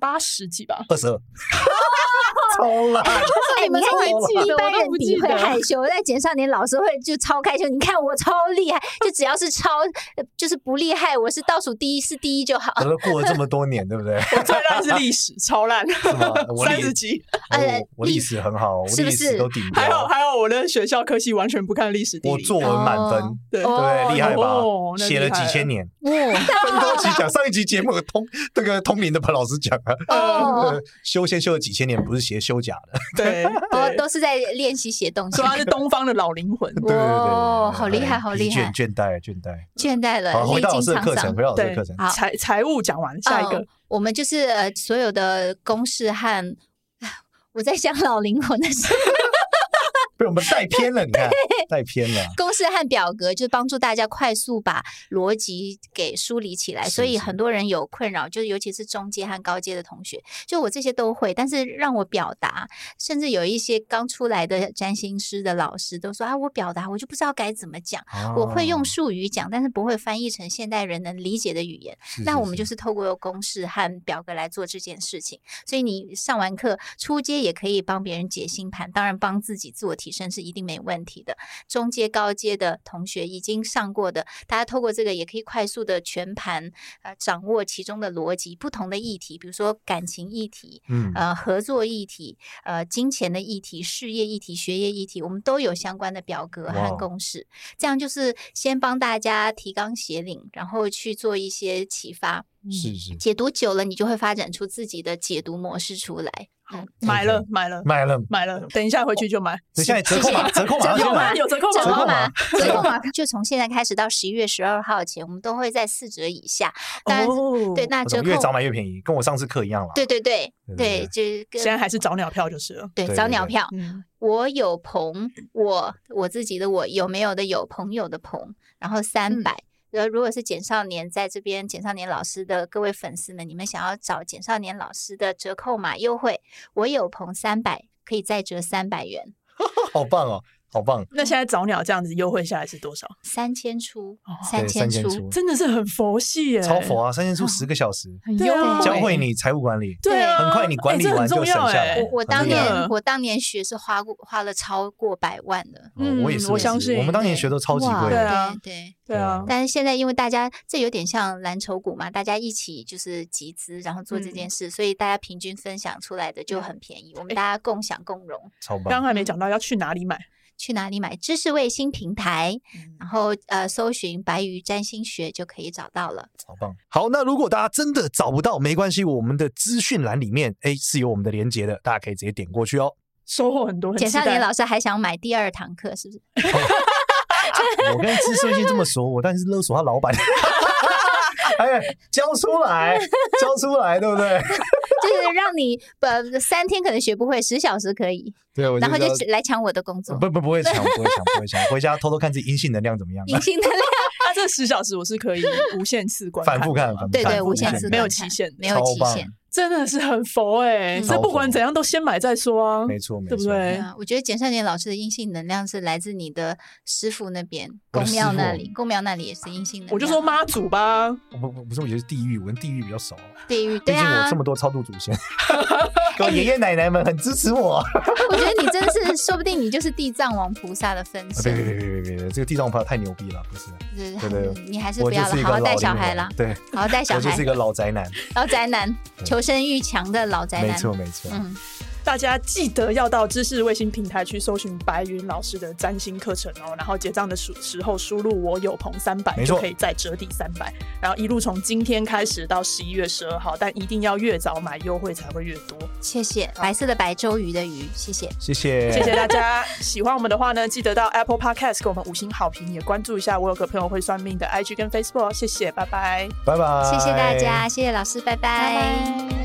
[SPEAKER 1] 八十几吧。
[SPEAKER 3] 二十 二，超烂。
[SPEAKER 5] 哎，你
[SPEAKER 1] 们都会记
[SPEAKER 5] 看
[SPEAKER 1] 得
[SPEAKER 5] 一般
[SPEAKER 1] 我都
[SPEAKER 5] 人
[SPEAKER 1] 不
[SPEAKER 5] 你
[SPEAKER 1] 记
[SPEAKER 5] 会
[SPEAKER 1] 得
[SPEAKER 5] 害羞，但简少年老师会就超开心。你看我超厉害，就只要是超呃就是不厉害，我是倒数第一是第一就好。
[SPEAKER 3] 我都过了这么多年，对不对？
[SPEAKER 1] 我最烂是历 史，超烂
[SPEAKER 3] 吗我，
[SPEAKER 1] 三
[SPEAKER 3] 历
[SPEAKER 1] 十几。
[SPEAKER 5] 哎
[SPEAKER 3] 我我历史很好，我
[SPEAKER 5] 是不
[SPEAKER 3] 历
[SPEAKER 5] 是
[SPEAKER 3] 史都顶
[SPEAKER 1] 还有
[SPEAKER 3] 标，
[SPEAKER 1] 还有，我的学校科系完全不看历史地
[SPEAKER 3] 我
[SPEAKER 1] 理。
[SPEAKER 3] 作文满
[SPEAKER 5] 哦
[SPEAKER 3] 分，
[SPEAKER 1] 对
[SPEAKER 3] 对不对，厉害吧
[SPEAKER 1] 哦？那厉
[SPEAKER 3] 写了几
[SPEAKER 1] 害
[SPEAKER 3] 千
[SPEAKER 1] 了
[SPEAKER 3] 年，
[SPEAKER 2] 哇，
[SPEAKER 3] 分多期讲。上一集节目有通 那个通灵的彭老师讲啊，
[SPEAKER 5] 哦
[SPEAKER 3] 呃，修仙修了几千年，不是写修甲的，
[SPEAKER 1] 对
[SPEAKER 5] 哦，
[SPEAKER 1] 对，
[SPEAKER 5] 都是在练习写东西
[SPEAKER 1] 说。他是东方的老灵魂。
[SPEAKER 3] 对对对对对
[SPEAKER 5] 哦
[SPEAKER 3] 对
[SPEAKER 5] 好厉害
[SPEAKER 3] 哎
[SPEAKER 5] 好厉
[SPEAKER 3] 疲
[SPEAKER 5] 害
[SPEAKER 3] 倦倦怠倦怠。
[SPEAKER 5] 倦怠了，
[SPEAKER 3] 好，回
[SPEAKER 5] 历
[SPEAKER 3] 到老
[SPEAKER 5] 经
[SPEAKER 3] 师的课
[SPEAKER 5] 沧
[SPEAKER 3] 程，
[SPEAKER 5] 桑
[SPEAKER 3] 回。到老师的
[SPEAKER 1] 对
[SPEAKER 3] 课程，，
[SPEAKER 5] 好
[SPEAKER 1] 财财务讲完，下一个
[SPEAKER 5] 嗯我们就是呃所有的公式和 我在想老灵魂的事，
[SPEAKER 3] 被我们带偏了，你 看带偏了。
[SPEAKER 5] 公式和表格就是帮助大家快速把逻辑给梳理起来。
[SPEAKER 3] 是
[SPEAKER 5] 所以
[SPEAKER 3] 是
[SPEAKER 5] 很多人有困扰，就是尤其是中阶和高阶的同学，就我这些都会，但是让我表达，甚至有一些刚出来的占星师的老师都说啊，我表达我就不知道该怎么讲。我会用
[SPEAKER 3] 哦，
[SPEAKER 5] 术语讲，但是不会翻译成现代人能理解的语言。
[SPEAKER 3] 啊是
[SPEAKER 5] 那我们就是透过公式和表格来做这件事情。所以你上完课初阶也可以帮别人解星盘，当然帮自己自我提体生是一定没问题的。中阶、高阶的同学已经上过的，大家透过这个也可以快速的全盘呃掌握其中的逻辑，不同的议题，比如说感情议题、
[SPEAKER 3] 嗯，
[SPEAKER 5] 呃合作议题、呃金钱的议题、事业议题、学业议题，我们都有相关的表格
[SPEAKER 3] 哇
[SPEAKER 5] 和
[SPEAKER 3] 哦
[SPEAKER 5] 公式。这样就是先帮大家提纲挈领，然后去做一些启发。
[SPEAKER 3] 是是，
[SPEAKER 5] 解读久了，你就会发展出自己的解读模式出来。
[SPEAKER 1] 好，
[SPEAKER 3] 嗯
[SPEAKER 1] 买了买了
[SPEAKER 3] 买了，
[SPEAKER 1] 买了，等一下回去就买。
[SPEAKER 3] 等一下折扣啊码，折扣码，
[SPEAKER 5] 谢谢
[SPEAKER 1] 有吗？
[SPEAKER 5] 吗
[SPEAKER 1] 有折扣吗？
[SPEAKER 5] 折扣
[SPEAKER 3] 码
[SPEAKER 5] 码，
[SPEAKER 3] 哦折
[SPEAKER 5] 折
[SPEAKER 3] 扣
[SPEAKER 5] 扣 码就从现在开始到十一月十二号前，我们都会在四折以下。当然，
[SPEAKER 1] 哦，
[SPEAKER 5] 对，那
[SPEAKER 3] 我
[SPEAKER 5] 折
[SPEAKER 3] 懂
[SPEAKER 5] 扣
[SPEAKER 3] 越早买越便宜，跟我上次课一样了。
[SPEAKER 5] 对对对
[SPEAKER 3] 对对
[SPEAKER 5] 对，就是
[SPEAKER 1] 现在
[SPEAKER 5] 跟
[SPEAKER 1] 还是早鸟票就是了。
[SPEAKER 5] 对
[SPEAKER 3] 对
[SPEAKER 5] 早
[SPEAKER 3] 对
[SPEAKER 5] 鸟
[SPEAKER 3] 对
[SPEAKER 5] 票。
[SPEAKER 1] 嗯，
[SPEAKER 5] 我有朋，我我自己的我有没有的有朋友的朋，然后三
[SPEAKER 4] 嗯
[SPEAKER 5] 百、呃，如果是简少年在这边，简少年老师的各位粉丝们，你们想要找简少年老师的折扣码优惠，我有朋三百可以再折三百元，
[SPEAKER 3] 好棒哦，好棒，
[SPEAKER 1] 那现在早鸟这样子优惠下来是多少？
[SPEAKER 5] 三千出
[SPEAKER 1] 哦，
[SPEAKER 3] 对，
[SPEAKER 5] 千
[SPEAKER 3] 千
[SPEAKER 5] 出。
[SPEAKER 1] 真的是很佛系耶，
[SPEAKER 3] 嗯超佛啊，三千出十个小时，
[SPEAKER 4] 很
[SPEAKER 1] 对
[SPEAKER 4] 优
[SPEAKER 1] 啊
[SPEAKER 2] 哦
[SPEAKER 4] 惠，
[SPEAKER 3] 教会你财务管理，
[SPEAKER 1] 对啊，
[SPEAKER 3] 很快你管理
[SPEAKER 1] 哎这
[SPEAKER 3] 完
[SPEAKER 1] 很
[SPEAKER 3] 就
[SPEAKER 1] 重
[SPEAKER 3] 省
[SPEAKER 1] 要
[SPEAKER 3] 下来
[SPEAKER 1] 哎
[SPEAKER 3] 对。
[SPEAKER 5] 我我当
[SPEAKER 3] 真的
[SPEAKER 5] 年我当年学是花过花了超过百万的，
[SPEAKER 3] 哦
[SPEAKER 1] 嗯
[SPEAKER 3] 我也是，
[SPEAKER 1] 我相信
[SPEAKER 3] 我们当年学都超级
[SPEAKER 4] 哇
[SPEAKER 3] 贵
[SPEAKER 1] 对
[SPEAKER 3] 的，
[SPEAKER 1] 啊
[SPEAKER 5] 对对。
[SPEAKER 1] 对啊，
[SPEAKER 5] 但是现在因为大家这有点像蓝筹股嘛，大家一起就是集资，然后做
[SPEAKER 1] 嗯
[SPEAKER 5] 这件事，所以大家平均分享出来的就很便宜，我
[SPEAKER 1] 哎
[SPEAKER 5] 们大家共享共荣。
[SPEAKER 3] 超
[SPEAKER 1] 刚
[SPEAKER 3] 棒。
[SPEAKER 1] 刚还没讲到要去哪里买，
[SPEAKER 5] 去哪里买？知识卫星平台，
[SPEAKER 1] 嗯
[SPEAKER 5] 然后呃，搜寻“白鱼占星学”就可以找到了。
[SPEAKER 3] 好棒！好，那如果大家真的找不到，没关系，我们的资讯栏里面，哎，是有我们的连接的，大家可以直接点过去哦。
[SPEAKER 1] 收获很多。很
[SPEAKER 5] 简
[SPEAKER 1] 期
[SPEAKER 5] 少年
[SPEAKER 1] 待
[SPEAKER 5] 老师还想买第二堂课，是不 是？
[SPEAKER 3] 我跟资深先这么说，我当然是勒索他老板。 哎，交出来，交出来，对不对？
[SPEAKER 5] 就是让你呃三天可能学不会，十小时可以，
[SPEAKER 3] 对，我
[SPEAKER 5] 然后就
[SPEAKER 3] 知道
[SPEAKER 5] 只来抢我的工作。
[SPEAKER 3] 不不 不会抢，不会抢，不会抢，回家偷偷看自己阴性能量怎么样，
[SPEAKER 5] 隐性的量
[SPEAKER 1] 那啊这十小时我是可以无限次观
[SPEAKER 3] 反复看，
[SPEAKER 1] 的
[SPEAKER 3] 反
[SPEAKER 1] 吗
[SPEAKER 3] 复
[SPEAKER 5] 对对，
[SPEAKER 3] 反复
[SPEAKER 5] 无限
[SPEAKER 3] 看
[SPEAKER 5] 次
[SPEAKER 1] 没有
[SPEAKER 5] 观
[SPEAKER 1] 期
[SPEAKER 5] 看
[SPEAKER 1] 限的
[SPEAKER 5] 没有
[SPEAKER 3] 超
[SPEAKER 5] 期
[SPEAKER 3] 棒嗯
[SPEAKER 5] 限。
[SPEAKER 1] 真的是很佛哎，
[SPEAKER 5] 嗯
[SPEAKER 1] 这不管
[SPEAKER 3] 超佛
[SPEAKER 1] 怎样都先买再说啊，
[SPEAKER 3] 没错，没
[SPEAKER 1] 对
[SPEAKER 3] 错，
[SPEAKER 1] 不对？
[SPEAKER 5] 啊，我觉得简少年老师的阴性能量是来自你的师傅那边，
[SPEAKER 3] 我的
[SPEAKER 5] 宫
[SPEAKER 3] 师
[SPEAKER 5] 庙
[SPEAKER 3] 父
[SPEAKER 5] 那
[SPEAKER 3] 哦
[SPEAKER 5] 里，宫庙那里也是阴性能量。
[SPEAKER 1] 我就说妈祖吧，
[SPEAKER 3] 我不不不是，我觉得是地狱，我跟地狱比较熟，
[SPEAKER 5] 地狱，
[SPEAKER 3] 毕
[SPEAKER 5] 对
[SPEAKER 3] 竟我
[SPEAKER 5] 啊
[SPEAKER 3] 这，么多超度祖 先，各位爷爷奶奶们很支持我。
[SPEAKER 5] 我觉得你真的是，说不定你就是地藏王菩萨的分
[SPEAKER 3] 别别
[SPEAKER 5] 身，
[SPEAKER 3] 别别别别，这个地藏王菩萨太牛逼了，不是？
[SPEAKER 5] 就是
[SPEAKER 3] 啊
[SPEAKER 5] 嗯
[SPEAKER 3] 对对对
[SPEAKER 5] 你还是
[SPEAKER 3] 我
[SPEAKER 5] 不
[SPEAKER 3] 就
[SPEAKER 5] 要了
[SPEAKER 3] 是一，个
[SPEAKER 5] 好
[SPEAKER 3] 老
[SPEAKER 5] 好带
[SPEAKER 3] 龄
[SPEAKER 5] 小孩
[SPEAKER 3] 人
[SPEAKER 5] 啦，
[SPEAKER 3] 对，
[SPEAKER 5] 好好带小
[SPEAKER 3] 我就
[SPEAKER 5] 孩
[SPEAKER 3] 是一，个老宅男，
[SPEAKER 5] 老宅男，
[SPEAKER 3] 对
[SPEAKER 5] 求生欲强的老宅
[SPEAKER 3] 没
[SPEAKER 5] 男。
[SPEAKER 3] 错没错。
[SPEAKER 5] 嗯，
[SPEAKER 1] 大家记得要到知识卫星平台去搜寻白云老师的占星课程哦，然后结账的时时候输入我有朋三百
[SPEAKER 3] 没错
[SPEAKER 1] 就可以再折抵三百，然后一路从今天开始到十一月十二号，但一定要越早买，优惠才会越多。
[SPEAKER 5] 谢谢，白色的白，周瑜的瑜，谢谢。
[SPEAKER 3] 谢谢，
[SPEAKER 1] 谢谢大家，喜欢我们的话呢，记得到 Apple Podcast 给我们五星好评，也关注一下我有个朋友会算命的 IG 跟 Facebook，哦谢谢，拜拜。
[SPEAKER 3] 拜拜，
[SPEAKER 5] 谢谢大家，谢谢老师，拜拜
[SPEAKER 4] 拜拜